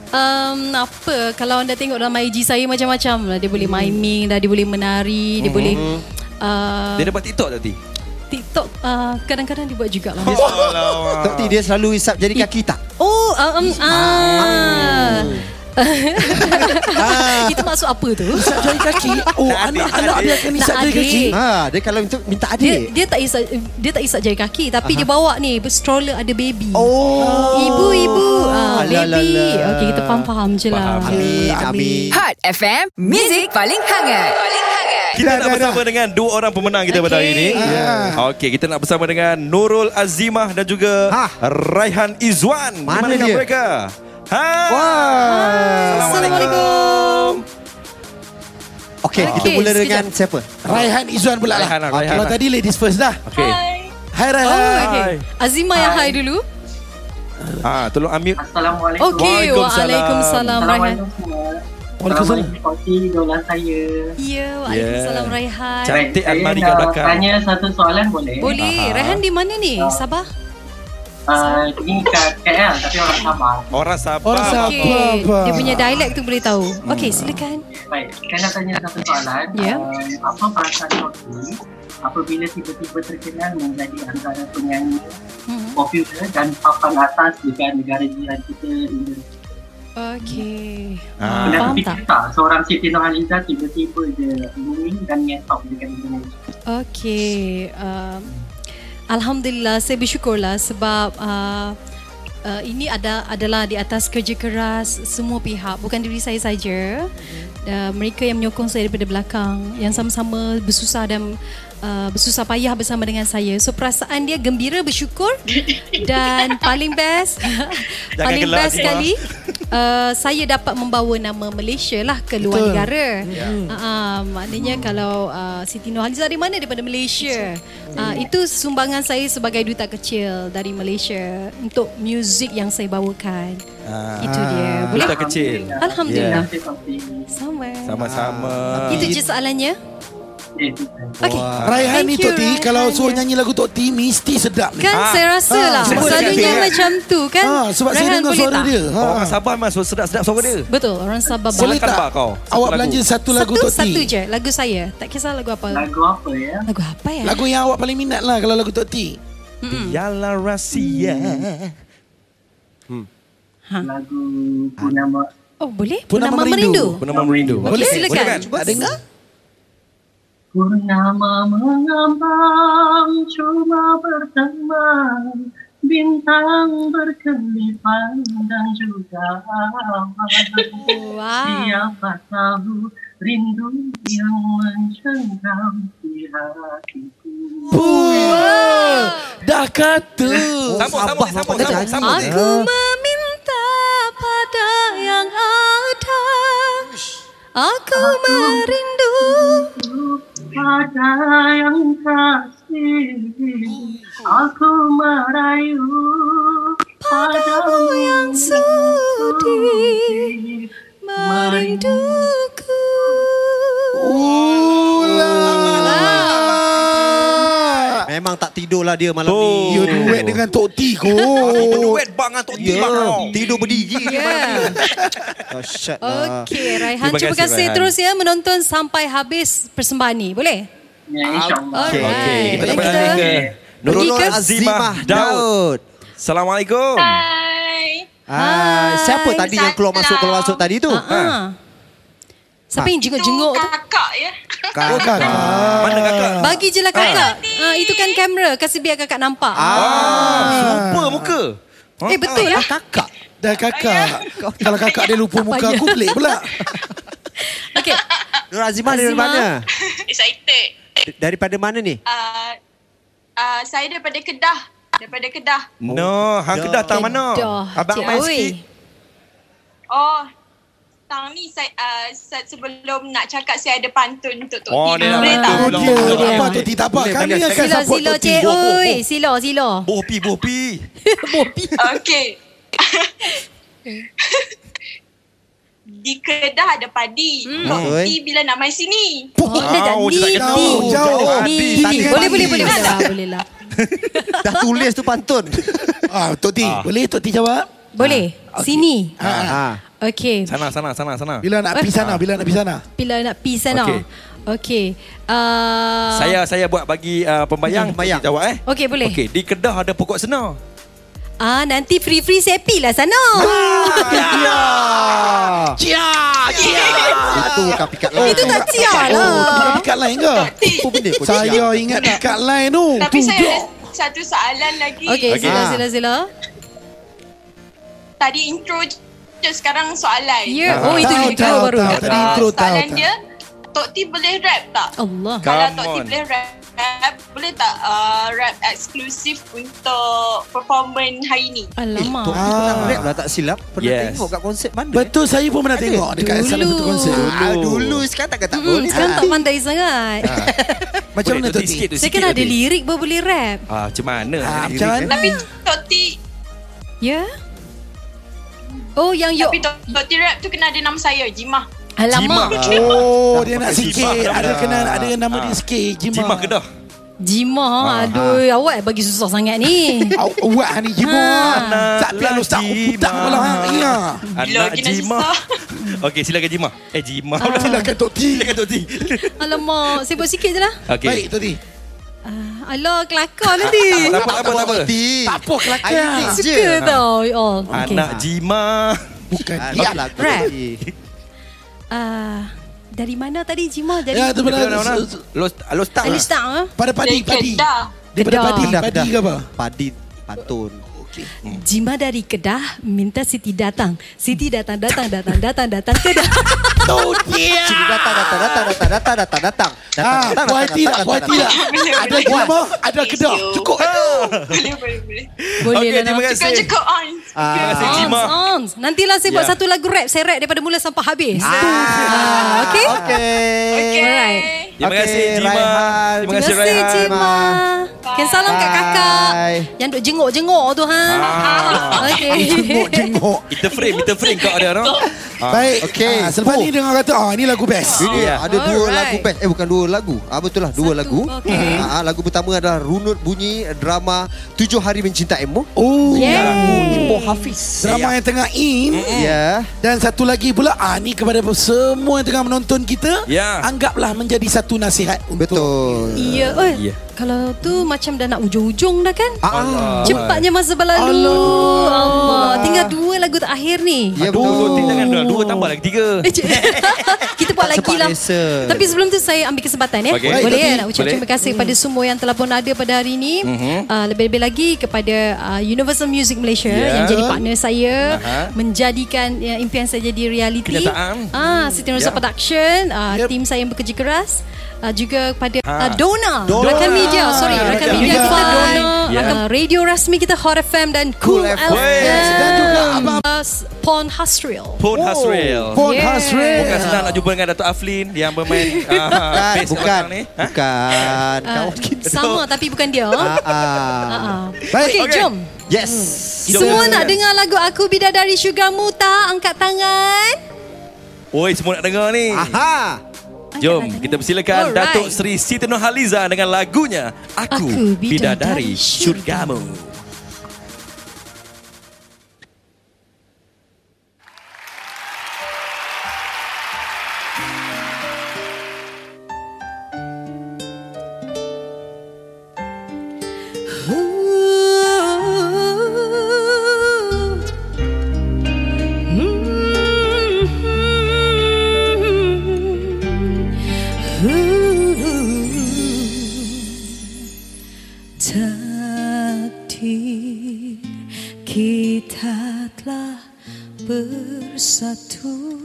[SPEAKER 7] Um, apa kalau anda tengok dalam IG saya macam-macam lah. Dia boleh miming, dah dia boleh menari, dia boleh
[SPEAKER 3] Mm-hmm.
[SPEAKER 7] uh,
[SPEAKER 2] Hmm. Dia dapat TikTok tadi.
[SPEAKER 7] TikTok uh, kadang-kadang dia buat jugalah.
[SPEAKER 4] Tok T dia selalu isap jari kaki tak?
[SPEAKER 7] Oh, um, ah. Itu maksud apa tu?
[SPEAKER 3] Isap jari kaki Oh anak-anak dia akan
[SPEAKER 7] Nak
[SPEAKER 3] isap jari
[SPEAKER 7] adik.
[SPEAKER 3] kaki
[SPEAKER 4] Ha, dia kalau untuk minta
[SPEAKER 7] Dia
[SPEAKER 4] adik.
[SPEAKER 7] dia tak isap dia tak isap jari kaki tapi dia bawa ni stroller ada baby.
[SPEAKER 4] Oh.
[SPEAKER 7] Ibu-ibu ah,
[SPEAKER 4] Alah,
[SPEAKER 7] Baby
[SPEAKER 4] alah, alah.
[SPEAKER 7] Okay kita faham-faham je lah
[SPEAKER 4] Amin, amin.
[SPEAKER 1] Hot FM, Music paling hangat. Paling hangat.
[SPEAKER 2] Kita nak bersama dengan dua orang pemenang kita pada hari ini.
[SPEAKER 3] Ah.
[SPEAKER 2] Okey, kita nak bersama dengan Nurul Azimah dan juga
[SPEAKER 3] Ha.
[SPEAKER 4] Ah.
[SPEAKER 2] Raihan Izwan. Di
[SPEAKER 4] Mana
[SPEAKER 2] Manakah
[SPEAKER 4] dia?
[SPEAKER 2] mereka? Ha.
[SPEAKER 4] Wah.
[SPEAKER 7] Assalamualaikum
[SPEAKER 4] Okey, kita
[SPEAKER 7] Okey,
[SPEAKER 4] mula
[SPEAKER 7] sekejap.
[SPEAKER 4] dengan siapa?
[SPEAKER 3] Raihan Izzuan pula lah
[SPEAKER 2] Raihan lah, Raihan
[SPEAKER 3] Kalau
[SPEAKER 2] lah.
[SPEAKER 3] tadi ladies first dah
[SPEAKER 2] Okey.
[SPEAKER 3] Hai Raihan
[SPEAKER 7] Oh
[SPEAKER 2] Hai.
[SPEAKER 7] okay Azima yang hai dulu
[SPEAKER 2] Ha,
[SPEAKER 3] Ah.
[SPEAKER 2] tolong ambil.
[SPEAKER 10] Assalamualaikum.
[SPEAKER 7] Okay
[SPEAKER 2] Waalaikumsalam.
[SPEAKER 7] Waalaikumsalam Raihan
[SPEAKER 10] Assalamualaikum semua.
[SPEAKER 3] Waalaikumsalam.
[SPEAKER 10] Koti idola saya.
[SPEAKER 7] Ya Waalaikumsalam
[SPEAKER 2] Yeah.
[SPEAKER 7] Raihan
[SPEAKER 2] Cantik
[SPEAKER 10] Baik, saya
[SPEAKER 2] almari
[SPEAKER 10] nak
[SPEAKER 2] kat belakang.
[SPEAKER 10] Tanya satu soalan boleh?
[SPEAKER 7] Boleh
[SPEAKER 2] Aha.
[SPEAKER 7] Raihan di mana ni? Sabah?
[SPEAKER 10] Uh, ini kat KL Kan? tapi orang Sabah.
[SPEAKER 2] Orang Oh, Sabah.
[SPEAKER 3] Orang Sabah.
[SPEAKER 7] Okay
[SPEAKER 3] Sabah.
[SPEAKER 7] Dia punya dialek tu boleh tahu Okay silakan
[SPEAKER 10] Baik, saya nak tanya satu soalan.
[SPEAKER 7] Ya.
[SPEAKER 10] Um, apa perasaan Koti apabila tiba-tiba terkenal menjadi antara penyanyi
[SPEAKER 7] Mhm.
[SPEAKER 10] popular dan papan atas dekat negara jiran kita Indonesia?
[SPEAKER 7] Okay
[SPEAKER 2] Ah.
[SPEAKER 10] Pernah
[SPEAKER 7] Faham tak?
[SPEAKER 10] terfikir tak seorang Siti Nurhaliza tiba-tiba je booming dan ngetop dekat Indonesia?
[SPEAKER 7] Okay. Um, Alhamdulillah, saya bersyukurlah sebab uh,
[SPEAKER 5] uh, ini ada adalah di atas kerja keras semua pihak, bukan diri saya saja. Uh, mereka yang menyokong saya daripada belakang, yang sama-sama bersusah dan uh, bersusah payah bersama dengan saya. So perasaan dia gembira, bersyukur dan paling best, paling
[SPEAKER 2] gelak
[SPEAKER 5] best
[SPEAKER 2] dia.
[SPEAKER 5] sekali uh, saya dapat membawa nama Malaysia lah ke luar
[SPEAKER 3] Betul. Ya.
[SPEAKER 5] negara. Yeah. Uh, maknanya kalau uh, Siti Nurhaliza dari mana? Daripada Malaysia. Uh, itu sumbangan saya sebagai duta kecil dari Malaysia untuk muzik yang saya bawakan.
[SPEAKER 2] Ah.
[SPEAKER 5] Itu dia. Boleh?
[SPEAKER 2] Duta kecil.
[SPEAKER 5] Alhamdulillah.
[SPEAKER 7] Say something.
[SPEAKER 5] Sama. Uh,
[SPEAKER 2] Sama-sama.
[SPEAKER 5] Itu je soalannya.
[SPEAKER 7] Eh,
[SPEAKER 5] Okey.
[SPEAKER 3] Raihan ni
[SPEAKER 5] Thank
[SPEAKER 3] Tok
[SPEAKER 5] you,
[SPEAKER 3] T
[SPEAKER 5] Raihan.
[SPEAKER 3] Kalau suruh nyanyi lagu Tok T Mesti sedap ni
[SPEAKER 5] Kan
[SPEAKER 2] Ah.
[SPEAKER 5] saya rasa
[SPEAKER 3] Ah,
[SPEAKER 5] lah.
[SPEAKER 3] sebab
[SPEAKER 5] Selalunya
[SPEAKER 3] dia-
[SPEAKER 5] macam tu kan.
[SPEAKER 3] ha, Sebab saya
[SPEAKER 5] Raihan
[SPEAKER 3] dengar
[SPEAKER 5] boleh
[SPEAKER 3] suara
[SPEAKER 5] tak?
[SPEAKER 3] dia ha.
[SPEAKER 2] Orang Sabah memang suara sedap-sedap suara dia.
[SPEAKER 5] Betul. Orang Sabah
[SPEAKER 3] Boleh
[SPEAKER 2] Silakan,
[SPEAKER 3] tak
[SPEAKER 2] Pak, kau. Satu
[SPEAKER 3] Awak
[SPEAKER 2] lagu.
[SPEAKER 3] belanja satu lagu
[SPEAKER 5] satu,
[SPEAKER 3] Tok T
[SPEAKER 5] satu je lagu saya. Tak kisah lagu apa.
[SPEAKER 7] lagu apa ya?
[SPEAKER 5] Lagu apa ya?
[SPEAKER 3] Lagu yang awak paling minat lah Kalau lagu Tok T Hmm.
[SPEAKER 2] Biarlah rahsia.
[SPEAKER 7] Ha. Lagu Purnama
[SPEAKER 5] Oh boleh?
[SPEAKER 3] Purnama
[SPEAKER 5] Purnama
[SPEAKER 3] Merindu.
[SPEAKER 5] Merindu.
[SPEAKER 2] Bernama Merindu.
[SPEAKER 5] Boleh? Silakan.
[SPEAKER 2] Boleh kan?
[SPEAKER 3] Tak dengar
[SPEAKER 7] Purnama mengambang cuma bertembang Bintang berkelipan dan juga awan
[SPEAKER 5] Wow.
[SPEAKER 7] Siapa tahu rindu yang mencengkam di hatiku
[SPEAKER 3] Wah, Dah kata
[SPEAKER 2] Sambung, sambung, sambung, sambung, sambung.
[SPEAKER 5] Aku meminta pada yang ada. Aku merindu.
[SPEAKER 7] Pada yang kasih Aku merayu Padamu yang
[SPEAKER 5] Sudi merinduku.
[SPEAKER 3] Ulang
[SPEAKER 4] Memang tak tidur lah dia malam
[SPEAKER 2] Oh.
[SPEAKER 4] ni.
[SPEAKER 3] You duet dengan Tok T kot
[SPEAKER 2] Duet bang atau
[SPEAKER 4] Ya, tidur berdiri.
[SPEAKER 5] Yeah.
[SPEAKER 4] Dahsyat lah.
[SPEAKER 5] Okey, Raihan.
[SPEAKER 2] Terima
[SPEAKER 5] Terima
[SPEAKER 2] kasih,
[SPEAKER 5] kasih
[SPEAKER 2] Raihan.
[SPEAKER 5] terus ya menonton sampai habis persembahan ni. Boleh?
[SPEAKER 7] Ya insyaAllah
[SPEAKER 5] Okey.
[SPEAKER 2] Okey, kita
[SPEAKER 5] Kita
[SPEAKER 2] dapat tanya ke Nurul
[SPEAKER 5] pergi ke
[SPEAKER 2] Azimah Daud. Assalamualaikum.
[SPEAKER 10] Hai.
[SPEAKER 4] Ah, siapa tadi yang keluar masuk keluar masuk tadi tu?
[SPEAKER 2] Ah,
[SPEAKER 5] Ha. Siapa yang jenguk-jenguk tu?
[SPEAKER 10] kakak ya.
[SPEAKER 4] Ah, kan.
[SPEAKER 3] Oh kakak
[SPEAKER 2] Mana kakak?
[SPEAKER 5] Bagi je lah kakak. Ah, itu kan kamera. Kasih biar kakak nampak.
[SPEAKER 2] Ah, serupa muka.
[SPEAKER 5] Eh, betul lah.
[SPEAKER 4] Kakak.
[SPEAKER 3] Ah, Dah kakak Kalau kakak dia lupa muka aku pelik pula
[SPEAKER 5] Okey.
[SPEAKER 4] Nur Azimah dari
[SPEAKER 5] Azimah.
[SPEAKER 4] mana?
[SPEAKER 10] Excited.
[SPEAKER 4] Daripada mana ni?
[SPEAKER 10] Uh, uh, saya daripada Kedah. Daripada Kedah.
[SPEAKER 2] No, hang kedah tak mana?
[SPEAKER 5] Kedah.
[SPEAKER 2] Abang
[SPEAKER 5] Cik
[SPEAKER 2] main
[SPEAKER 5] Awi.
[SPEAKER 2] sikit.
[SPEAKER 10] Oh, Tang ni saya, uh, saya sebelum nak cakap saya ada pantun untuk Tok
[SPEAKER 2] Oh,
[SPEAKER 10] Ti.
[SPEAKER 2] dia nak
[SPEAKER 10] Boleh tak?
[SPEAKER 2] pantun.
[SPEAKER 3] Oh,
[SPEAKER 2] Ulang,
[SPEAKER 3] dia.
[SPEAKER 2] ulang,
[SPEAKER 3] Tak
[SPEAKER 2] ulang.
[SPEAKER 3] apa Tok T tak apa
[SPEAKER 4] Boleh,
[SPEAKER 3] Kami
[SPEAKER 4] boleh.
[SPEAKER 3] akan
[SPEAKER 5] Silo,
[SPEAKER 3] support
[SPEAKER 5] silo,
[SPEAKER 3] Tok T
[SPEAKER 5] cik.
[SPEAKER 4] Boh, boh,
[SPEAKER 5] Oi, silo, silo.
[SPEAKER 2] Bopi, bopi.
[SPEAKER 5] Bopi.
[SPEAKER 10] Okey. Di Kedah ada padi.
[SPEAKER 5] Hmm.
[SPEAKER 10] Tok
[SPEAKER 4] Betul.
[SPEAKER 10] Ti bila nak main sini.
[SPEAKER 5] Oh, dia dah
[SPEAKER 2] Jauh,
[SPEAKER 5] ni,
[SPEAKER 2] dia tak
[SPEAKER 5] ni,
[SPEAKER 2] jauh,
[SPEAKER 3] jauh.
[SPEAKER 5] ni, ni.
[SPEAKER 4] Tadi kan
[SPEAKER 5] Boleh,
[SPEAKER 4] tadi.
[SPEAKER 5] boleh, boleh. Boleh lah, boleh lah.
[SPEAKER 4] Dah tulis tu pantun.
[SPEAKER 3] Ah, Tok T Boleh Tok T jawab
[SPEAKER 5] Boleh. Sini.
[SPEAKER 4] Ah.
[SPEAKER 5] Okey.
[SPEAKER 2] Sana, sana, sana, sana.
[SPEAKER 3] Ha, Bila nak pergi sana Bila nak pergi sana
[SPEAKER 5] Bila nak pergi sana.
[SPEAKER 2] Okey.
[SPEAKER 5] Okey. Ah,
[SPEAKER 2] Saya saya buat bagi uh, pembayang,
[SPEAKER 4] Pembayang.
[SPEAKER 2] jawab eh.
[SPEAKER 5] Okey, boleh.
[SPEAKER 2] Okey, di Kedah ada pokok senar.
[SPEAKER 5] Ah, nanti free-free sepi lah sana.
[SPEAKER 3] Ya.
[SPEAKER 4] Ah.
[SPEAKER 3] Cia Cia
[SPEAKER 2] ya.
[SPEAKER 4] Itu kan pikat lah.
[SPEAKER 5] Itu tak cia
[SPEAKER 3] Oh,
[SPEAKER 5] lah.
[SPEAKER 3] tempat pick up line ke?
[SPEAKER 4] Apa benda kau
[SPEAKER 3] Saya
[SPEAKER 4] cakap?
[SPEAKER 3] ingat pick up line tu.
[SPEAKER 10] Tapi saya ada
[SPEAKER 3] Tunjuk.
[SPEAKER 10] satu soalan lagi.
[SPEAKER 5] Okey,
[SPEAKER 2] Okey.
[SPEAKER 5] sila,
[SPEAKER 4] Ah.
[SPEAKER 5] sila, sila.
[SPEAKER 10] Tadi intro je sekarang soalan.
[SPEAKER 5] Ya. Oh, itu
[SPEAKER 3] Tahu,
[SPEAKER 5] intro
[SPEAKER 3] tahu,
[SPEAKER 5] baru.
[SPEAKER 3] tahu. Tadi
[SPEAKER 10] Ah,
[SPEAKER 3] intro tahu.
[SPEAKER 10] soalan dia, Tok Ti boleh rap tak?
[SPEAKER 5] Allah.
[SPEAKER 10] Kalau
[SPEAKER 2] Come
[SPEAKER 10] Tok Ti
[SPEAKER 2] on.
[SPEAKER 10] boleh rap, boleh tak uh, rap eksklusif untuk performance hari ni?
[SPEAKER 5] Alamak.
[SPEAKER 2] Eh,
[SPEAKER 4] Tok T Oh, pernah rap lah tak silap. Pernah
[SPEAKER 2] Yes.
[SPEAKER 4] tengok kat konsert mana?
[SPEAKER 3] Betul saya pun pernah tengok dekat
[SPEAKER 5] Dulu.
[SPEAKER 3] salah satu konsert.
[SPEAKER 4] Ah, dulu sekarang takkan tak
[SPEAKER 5] Hmm,
[SPEAKER 4] boleh.
[SPEAKER 5] sekarang tak pandai sangat.
[SPEAKER 3] Macam mana tu?
[SPEAKER 2] sikit tu,
[SPEAKER 5] Saya
[SPEAKER 2] sikit
[SPEAKER 5] kan ada
[SPEAKER 2] tu.
[SPEAKER 5] lirik baru boleh rap.
[SPEAKER 2] Ah, macam mana?
[SPEAKER 3] Ah, macam mana?
[SPEAKER 10] Tapi Tok Ti,
[SPEAKER 5] Ya? Oh, yang yuk.
[SPEAKER 10] tapi Tok, Tok Ti rap tu kena ada nama saya, Jimah.
[SPEAKER 5] Alamak.
[SPEAKER 2] Jimah.
[SPEAKER 3] Oh, dia nak
[SPEAKER 2] Jimah
[SPEAKER 3] sikit.
[SPEAKER 2] dah
[SPEAKER 3] Ada
[SPEAKER 2] dah.
[SPEAKER 3] kena ada nama
[SPEAKER 2] Ah.
[SPEAKER 3] dia sikit.
[SPEAKER 2] Jimah
[SPEAKER 3] Jima.
[SPEAKER 2] Kedah.
[SPEAKER 5] Jimah. Aduh, awak bagi susah sangat ni. Ah,
[SPEAKER 3] Awak ni Jima.
[SPEAKER 2] Anak
[SPEAKER 3] Ah. Tak payah ustaz
[SPEAKER 2] lah
[SPEAKER 3] budak
[SPEAKER 2] Jimah.
[SPEAKER 3] malah. hang. Ya.
[SPEAKER 2] Anak
[SPEAKER 10] lagi nak
[SPEAKER 2] Jimah.
[SPEAKER 10] susah.
[SPEAKER 2] Okey, silakan Jimah. Eh, Jimah.
[SPEAKER 3] Ah, Silakan Tok T.
[SPEAKER 2] Silakan Tok T.
[SPEAKER 5] Alamak, sibuk sikit je lah.
[SPEAKER 2] Okey.
[SPEAKER 3] Baik Tok T.
[SPEAKER 5] Ah, Alah, kelakar nanti.
[SPEAKER 2] Tak apa, tak apa, tak apa.
[SPEAKER 4] Tak
[SPEAKER 3] apa, kelakar.
[SPEAKER 5] Suka tau. Oh, okay.
[SPEAKER 2] Anak Jimah.
[SPEAKER 3] Bukan.
[SPEAKER 4] Ya lah.
[SPEAKER 5] Rap. Ah, dari mana tadi Jimah? Dari
[SPEAKER 3] Ya, tu benar.
[SPEAKER 5] lah,
[SPEAKER 2] Daripada mana? Los Los
[SPEAKER 4] lah.
[SPEAKER 2] lah. tak.
[SPEAKER 5] Alistar.
[SPEAKER 3] Pada padi,
[SPEAKER 10] Dari
[SPEAKER 3] padi.
[SPEAKER 10] Kedah.
[SPEAKER 3] Daripada
[SPEAKER 5] Kedah.
[SPEAKER 3] padi, padi ke apa?
[SPEAKER 4] Padi pantun.
[SPEAKER 3] Siti.
[SPEAKER 7] Jima dari Kedah minta Siti datang. Siti datang, datang, datang, datang, datang, Kedah.
[SPEAKER 3] Tu dia.
[SPEAKER 4] Sini datang, datang, datang, datang, datang, datang, datang.
[SPEAKER 3] Ah, puai tidak, puai tidak. lah. Ada Jemah, ada Kedah.
[SPEAKER 10] Thank you.
[SPEAKER 3] Cukup.
[SPEAKER 10] Boleh, boleh, boleh.
[SPEAKER 7] Boleh
[SPEAKER 2] Okey,
[SPEAKER 7] lah
[SPEAKER 2] terima
[SPEAKER 7] nak.
[SPEAKER 2] kasih.
[SPEAKER 10] Cukup-cukup on.
[SPEAKER 2] Terima kasih
[SPEAKER 7] Ons,
[SPEAKER 2] Jima.
[SPEAKER 7] ons. Nantilah saya buat
[SPEAKER 2] Ya.
[SPEAKER 7] satu lagu rap. Saya rap daripada mula sampai habis. Ah, okay?
[SPEAKER 4] Okey.
[SPEAKER 10] Okay.
[SPEAKER 7] Alright.
[SPEAKER 2] Terima
[SPEAKER 4] Okey,
[SPEAKER 2] kasih Jima.
[SPEAKER 4] Raihan.
[SPEAKER 2] Terima kasih Raihan.
[SPEAKER 7] Cima. Kan salam kat
[SPEAKER 4] Bye.
[SPEAKER 7] kakak. Yang duk jenguk-jenguk tu ha.
[SPEAKER 2] Ah.
[SPEAKER 7] Okay.
[SPEAKER 4] Jenguk-jenguk.
[SPEAKER 2] Kita frame, kita frame kau ada orang.
[SPEAKER 3] Baik.
[SPEAKER 4] Okey.
[SPEAKER 3] Ah, selepas
[SPEAKER 4] Oh.
[SPEAKER 3] ni dengar kata, ah ni lagu best.
[SPEAKER 4] Ini
[SPEAKER 2] Ya.
[SPEAKER 4] ada dua
[SPEAKER 7] Ah, Alright.
[SPEAKER 4] lagu best. Eh bukan dua lagu. Ah betul lah dua
[SPEAKER 7] Satu,
[SPEAKER 4] lagu.
[SPEAKER 7] okey.
[SPEAKER 4] Ah, lagu pertama adalah Runut Bunyi drama Tujuh Hari Mencintaimu.
[SPEAKER 3] Oh.
[SPEAKER 7] Yeay.
[SPEAKER 4] Hafiz.
[SPEAKER 3] Drama yang tengah in.
[SPEAKER 4] Ya.
[SPEAKER 3] Dan satu lagi pula, ah ni kepada semua yang tengah menonton kita,
[SPEAKER 2] Ya.
[SPEAKER 3] anggaplah menjadi satu nasihat untuk
[SPEAKER 4] Betul.
[SPEAKER 7] Iya. Oh,
[SPEAKER 2] Ya.
[SPEAKER 7] Kalau tu macam dah nak ujung-ujung dah kan?
[SPEAKER 4] Ah.
[SPEAKER 7] Cepatnya masa berlalu. Allah. Tinggal dua lagu terakhir ni.
[SPEAKER 4] Ya
[SPEAKER 2] Dua,
[SPEAKER 4] betul.
[SPEAKER 2] tiga, jangan dua. Dua tambah lagi tiga.
[SPEAKER 7] Eh, cik. Kita buat
[SPEAKER 4] Tak
[SPEAKER 7] lagi
[SPEAKER 4] sempat
[SPEAKER 7] lah.
[SPEAKER 4] rasa.
[SPEAKER 7] Tapi sebelum tu saya ambil kesempatan ya.
[SPEAKER 2] Okey.
[SPEAKER 7] Boleh ya
[SPEAKER 2] Boleh.
[SPEAKER 7] nak ucap
[SPEAKER 2] Boleh.
[SPEAKER 7] terima kasih pada semua yang telah pun ada pada hari ini.
[SPEAKER 2] Mhm.
[SPEAKER 7] Uh, lebih-lebih lagi kepada uh, Universal Music Malaysia
[SPEAKER 2] Ya.
[SPEAKER 7] yang jadi partner saya
[SPEAKER 2] Aha.
[SPEAKER 7] menjadikan ya, impian saya jadi realiti.
[SPEAKER 2] Kenyataan.
[SPEAKER 7] Ah, Siti
[SPEAKER 2] Ya.
[SPEAKER 7] Nursa Production, uh,
[SPEAKER 3] Yep.
[SPEAKER 7] tim saya yang bekerja keras. Uh, juga kepada
[SPEAKER 2] Ha.
[SPEAKER 7] uh, Dona,
[SPEAKER 3] Dona.
[SPEAKER 7] Rakan Media, sorry, Rakan
[SPEAKER 3] Rakan
[SPEAKER 7] Media
[SPEAKER 3] Media.
[SPEAKER 7] kita Dona,
[SPEAKER 2] Ya.
[SPEAKER 7] Rakan radio rasmi kita Hot FM dan
[SPEAKER 4] Cool
[SPEAKER 7] Cool, FM.
[SPEAKER 2] FM.
[SPEAKER 3] Dan juga abang-
[SPEAKER 7] Uh, Pon Hasril.
[SPEAKER 2] Pun
[SPEAKER 4] Oh.
[SPEAKER 2] Hasril.
[SPEAKER 3] Pon
[SPEAKER 7] Yeah.
[SPEAKER 3] Hasril.
[SPEAKER 2] Bukan senang nak jumpa dengan Dato' Aflin yang bermain ah,
[SPEAKER 4] Bukan,
[SPEAKER 2] bass
[SPEAKER 4] bukan.
[SPEAKER 2] belakang ni. Ha?
[SPEAKER 4] Bukan.
[SPEAKER 7] Ah,
[SPEAKER 4] Kawan kita.
[SPEAKER 7] Sama tapi bukan dia.
[SPEAKER 4] Ah, ah.
[SPEAKER 7] Ah.
[SPEAKER 4] Baik,
[SPEAKER 7] Okey,
[SPEAKER 2] okey.
[SPEAKER 7] jom.
[SPEAKER 4] Yes.
[SPEAKER 2] Jom.
[SPEAKER 7] Hmm. Semua nak dengar lagu Aku Bidadari Sugarmu tak? Angkat tangan.
[SPEAKER 2] Oi, semua nak dengar ni.
[SPEAKER 4] Aha.
[SPEAKER 2] Jom, kita persilakan
[SPEAKER 7] Alright.
[SPEAKER 2] Datuk Seri Siti Nurhaliza dengan lagunya Aku,
[SPEAKER 7] Aku
[SPEAKER 2] Bidadari
[SPEAKER 7] Bidadari
[SPEAKER 2] Syurgamu.
[SPEAKER 7] Takdir kita telah bersatu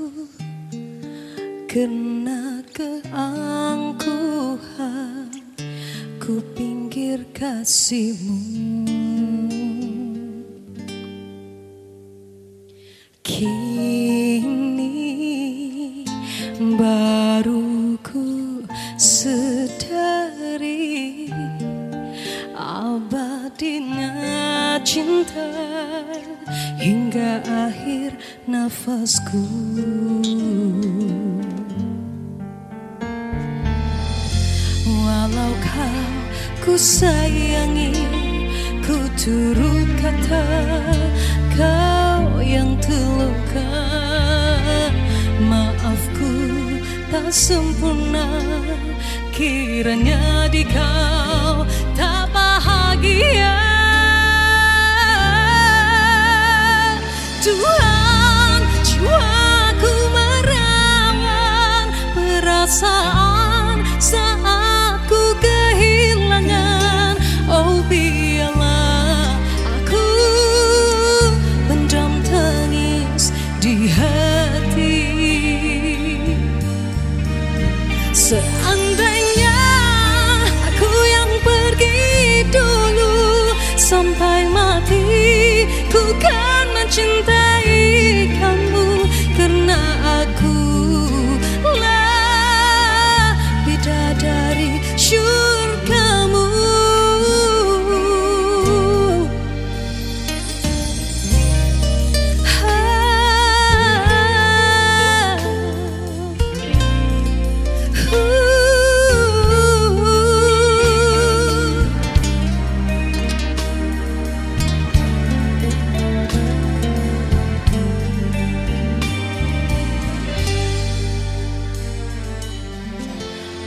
[SPEAKER 7] Kena keangkuhan Ku pinggir kasihmu Kini baru ku sedari Abadinya cinta hingga akhir nafasku Walau kau ku sayangi Ku turut kata kau yang terluka Maafku tak sempurna Kiranya di kau tak bahagia Tuhan jiwaku merangan perasaan saat ku kehilangan Oh biarlah aku pendam tangis di hati Seandainya aku yang pergi dulu sampai mati Ku kan mencintai kamu karena aku lah bidadari syurgamu Ah.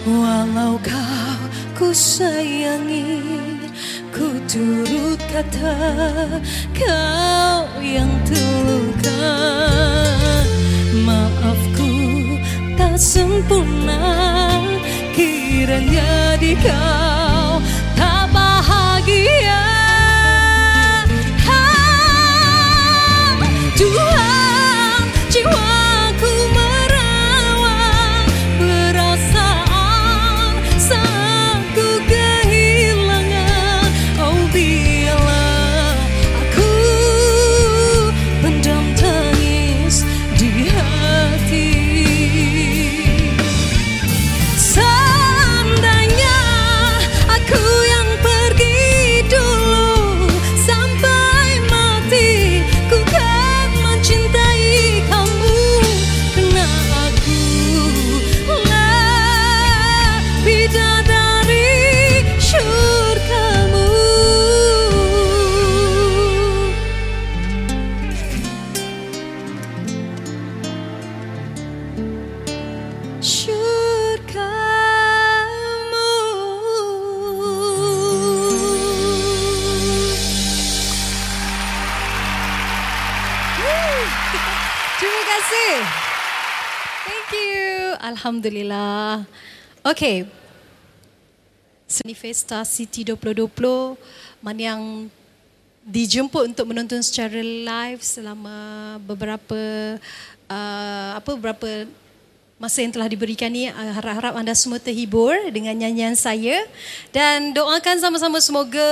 [SPEAKER 7] Walau kau ku sayangi Ku turut kata kau yang terluka Maafku tak sempurna Kiranya di kau tak bahagia Ha, Oh, kan lah
[SPEAKER 5] Terima kasih. Thank you. Alhamdulillah. Okay. Manifesta City 2020 mana yang dijemput untuk menonton secara live selama beberapa uh, apa beberapa masa yang telah diberikan ni uh, harap-harap anda semua terhibur dengan nyanyian saya dan doakan sama-sama semoga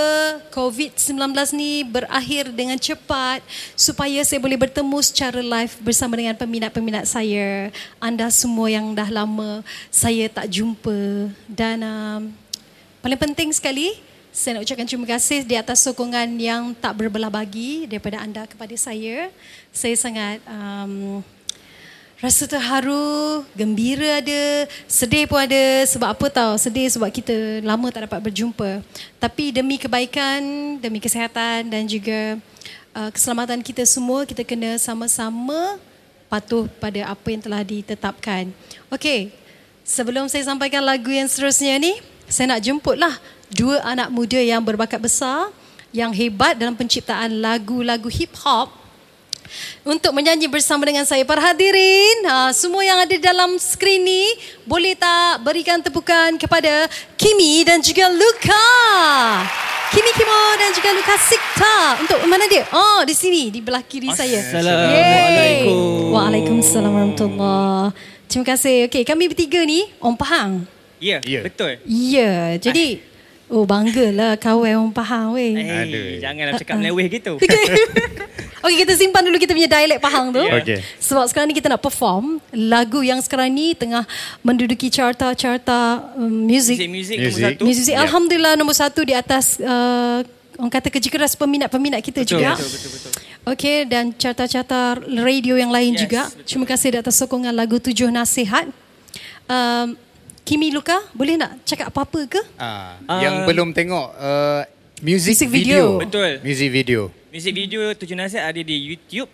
[SPEAKER 5] COVID-19 ni berakhir dengan cepat supaya saya boleh bertemu secara live bersama dengan peminat-peminat saya anda semua yang dah lama saya tak jumpa dan um, Paling penting sekali, saya nak ucapkan terima kasih di atas sokongan yang tak berbelah bagi daripada anda kepada saya. Saya sangat um, rasa terharu, gembira ada, sedih pun ada. Sebab apa tahu? Sedih sebab kita lama tak dapat berjumpa. Tapi demi kebaikan, demi kesihatan dan juga uh, keselamatan kita semua, kita kena sama-sama patuh pada apa yang telah ditetapkan. Okey, Sebelum saya sampaikan lagu yang seterusnya ni, saya nak jemputlah dua anak muda yang berbakat besar, yang hebat dalam penciptaan lagu-lagu hip hop untuk menyanyi bersama dengan saya para hadirin. Ha, semua yang ada dalam skrin ni, boleh tak berikan tepukan kepada Kimi dan juga Luka. Kimi Kimo dan juga Luka Sikta. Untuk mana dia? Oh, di sini, di belah kiri saya. Assalamualaikum. Waalaikumsalam warahmatullahi Terima kasih. Okey, kami bertiga ni orang Pahang.
[SPEAKER 11] Ya, yeah, betul.
[SPEAKER 5] Ya, yeah, jadi oh banggalah kawan orang Pahang weh.
[SPEAKER 11] Hey, janganlah cakap meleweh gitu.
[SPEAKER 5] Okey. Okey, kita simpan dulu kita punya dialek Pahang tu.
[SPEAKER 11] Ya.
[SPEAKER 5] Okay. Sebab sekarang ni kita nak perform lagu yang sekarang ni tengah menduduki carta-carta um, music.
[SPEAKER 11] Muzik-muzik nombor satu.
[SPEAKER 5] Music alhamdulillah nombor satu di atas uh, orang kata kerja keras peminat-peminat kita
[SPEAKER 11] Betul,
[SPEAKER 5] juga.
[SPEAKER 11] betul, betul, betul.
[SPEAKER 5] Okey dan carta-carta radio yang lain
[SPEAKER 11] Yes,
[SPEAKER 5] juga.
[SPEAKER 11] betul.
[SPEAKER 5] Terima kasih di atas sokongan lagu Tujuh Nasihat. Um, Kimi Luka, boleh nak cakap apa-apa ke?
[SPEAKER 12] Ah,
[SPEAKER 11] Ah.
[SPEAKER 12] yang belum tengok uh, music,
[SPEAKER 5] Music
[SPEAKER 12] music
[SPEAKER 5] video.
[SPEAKER 12] video.
[SPEAKER 11] Betul.
[SPEAKER 12] Music video.
[SPEAKER 11] Muzik video Tujuh Nasihat ada di YouTube.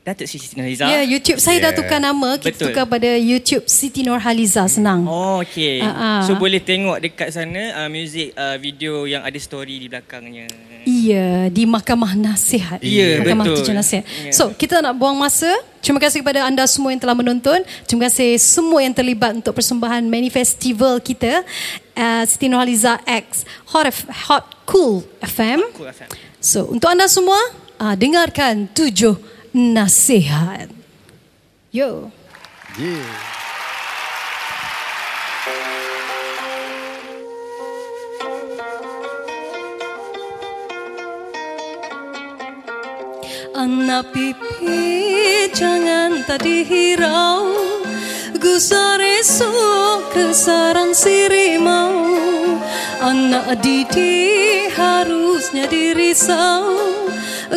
[SPEAKER 11] Datuk Sri Siti Nurhaliza.
[SPEAKER 5] Ya, yeah, YouTube saya dah
[SPEAKER 12] Yeah.
[SPEAKER 5] tukar nama. Kita
[SPEAKER 11] Betul.
[SPEAKER 5] tukar pada YouTube Siti Nurhaliza, senang.
[SPEAKER 11] Oh, okay.
[SPEAKER 5] Ah, ah.
[SPEAKER 11] So boleh tengok dekat sana uh, muzik uh, video yang ada story di belakangnya.
[SPEAKER 5] Iya, di Mahkamah Nasihat.
[SPEAKER 11] Iya,
[SPEAKER 5] Mahkamah
[SPEAKER 11] betul.
[SPEAKER 5] Tujuh Nasihat.
[SPEAKER 11] Ya.
[SPEAKER 5] So, kita nak buang masa. Terima kasih kepada anda semua yang telah menonton. Terima kasih semua yang terlibat untuk persembahan manifestival kita. Uh, Siti Nurhaliza X Hot, F- Hot Cool FM.
[SPEAKER 11] Cool FM.
[SPEAKER 5] So, untuk anda semua, uh, dengarkan Tujuh Nasihat. Yo. Anak pipi jangan tadi hirau Gusar esok ke sarang sirimau Anak didi harusnya dirisau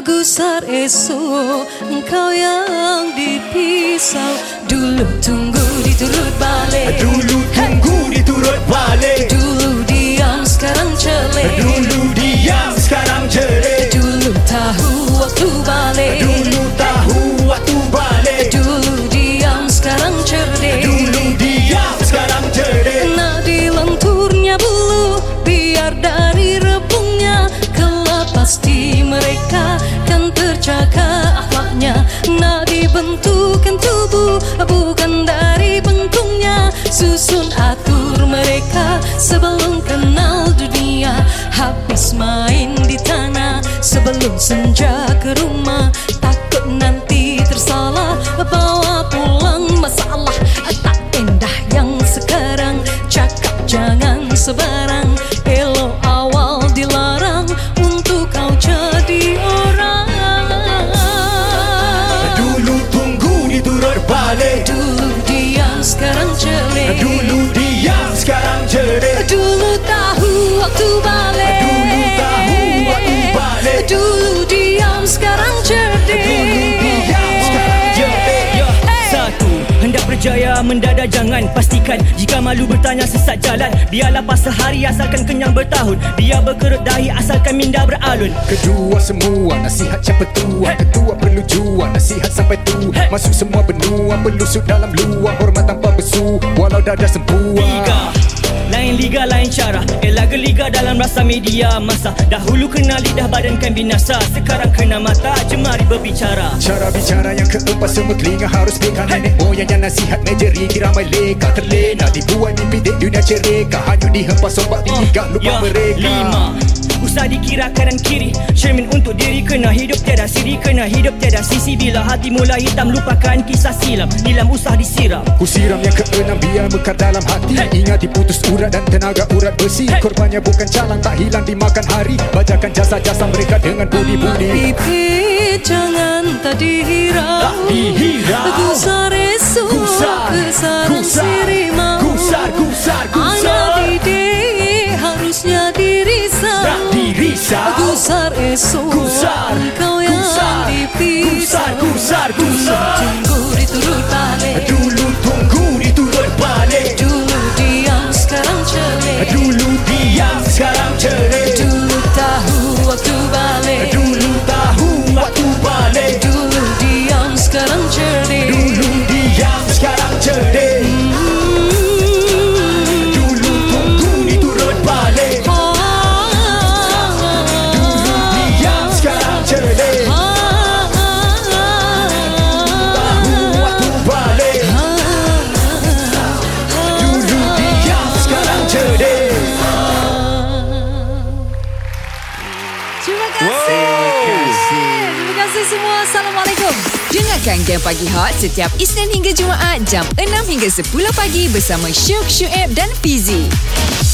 [SPEAKER 5] Gusar esok engkau yang dipisau Dulu tunggu diturut balik
[SPEAKER 7] Dulu tunggu diturut balik
[SPEAKER 5] Dulu diam sekarang celik
[SPEAKER 7] Dulu diam sekarang jerit
[SPEAKER 5] Dulu tahu waktu balik
[SPEAKER 7] Dulu tahu waktu balik
[SPEAKER 5] Dulu diam sekarang cerdik
[SPEAKER 7] Dulu diam sekarang jerit
[SPEAKER 5] Nak dilenturnya bulu Biar dari rebungnya Kelak pasti mereka Kan terjaga akhlaknya Nak dibentukkan tubuh Bukan dari bentuknya Susun atur mereka Sebelum kenal dunia Habis main di tanah Sebelum senja ke rumah Takut nanti tersalah Bawa pulang masalah Tak indah yang sekarang Cakap jangan sebarang Elok awal dilarang Untuk kau jadi orang
[SPEAKER 7] Dulu tunggu diturut balik
[SPEAKER 5] Dulu diam sekarang celik
[SPEAKER 7] Dulu diam sekarang jerit
[SPEAKER 5] Dulu tahu waktu balik
[SPEAKER 7] Dulu tahu waktu balik.
[SPEAKER 5] Dulu diam sekarang cerdik
[SPEAKER 7] Dulu diam sekarang jerit
[SPEAKER 13] Satu, hendak berjaya mendadak jangan Pastikan jika malu bertanya sesat jalan Biarlah pasal hari asalkan kenyang bertahun Biar berkerut dahi asalkan minda beralun
[SPEAKER 12] Kedua semua nasihat siapa tua Ketua perlu juang nasihat sampai tu Masuk semua benua pelusut dalam luar Hormat tanpa besu walau dada sempua
[SPEAKER 13] Tiga, lain liga
[SPEAKER 11] Liga lain cara Elah geliga dalam rasa media masa Dahulu kena lidah badan kan binasa Sekarang kena mata Jemari berbicara
[SPEAKER 12] Cara bicara yang keempat semua telinga harus pegang Nenek moyang yang nasihat najeri kira ramai leka Terlena dibuai mimpi di dunia cereka Hanyut dihempas ombak diikat lupa mereka
[SPEAKER 11] Lima Usah dikira kanan kiri Cermin untuk diri Kena hidup tiada siri Kena hidup tiada sisi Bila hati mula hitam Lupakan kisah silam Nilam usah disiram
[SPEAKER 12] Ku siram yang keenam biar mekar dalam hati Ingat diputus urat dan tenaga urat besi Korbannya bukan calang tak hilang dimakan hari Bajakan jasa-jasa mereka dengan budi-budi
[SPEAKER 7] Pipi jangan tak dihirau
[SPEAKER 12] Tak dihirau.
[SPEAKER 7] Gusar esok
[SPEAKER 12] Gusar,
[SPEAKER 7] Kesaran
[SPEAKER 12] gusar,
[SPEAKER 7] siri mau
[SPEAKER 12] gusar, gusar, gusar.
[SPEAKER 7] Anak didik harusnya dirisau
[SPEAKER 12] Tak dirisau.
[SPEAKER 7] Gusar esok
[SPEAKER 12] Gusar,
[SPEAKER 7] Kau yang
[SPEAKER 12] gusar,
[SPEAKER 7] dipisau
[SPEAKER 12] gusar, gusar, gusar.
[SPEAKER 7] Tunggu diturut balik
[SPEAKER 12] Dulu tunggu diturut balik
[SPEAKER 7] Dulu diam sekarang celik
[SPEAKER 12] Dulu diam sekarang cerit
[SPEAKER 7] Dulu tahu waktu balik
[SPEAKER 12] Dulu tahu waktu balik
[SPEAKER 7] Dulu diam sekarang cerdik
[SPEAKER 12] Dulu diam sekarang cerdik
[SPEAKER 7] Mm-hmm.
[SPEAKER 12] Dulu tunggu diturut balik Dulu diam sekarang cerdik Tahu waktu balik Dulu diam sekarang cerdik
[SPEAKER 14] Terima kasih. Terima kasih. Terima kasih semua. Assalamualaikum.
[SPEAKER 1] Dengarkan Game Pagi Hot setiap Isnin hingga Jumaat jam 6 hingga 10 pagi bersama Syuk, Syuib dan Fizi.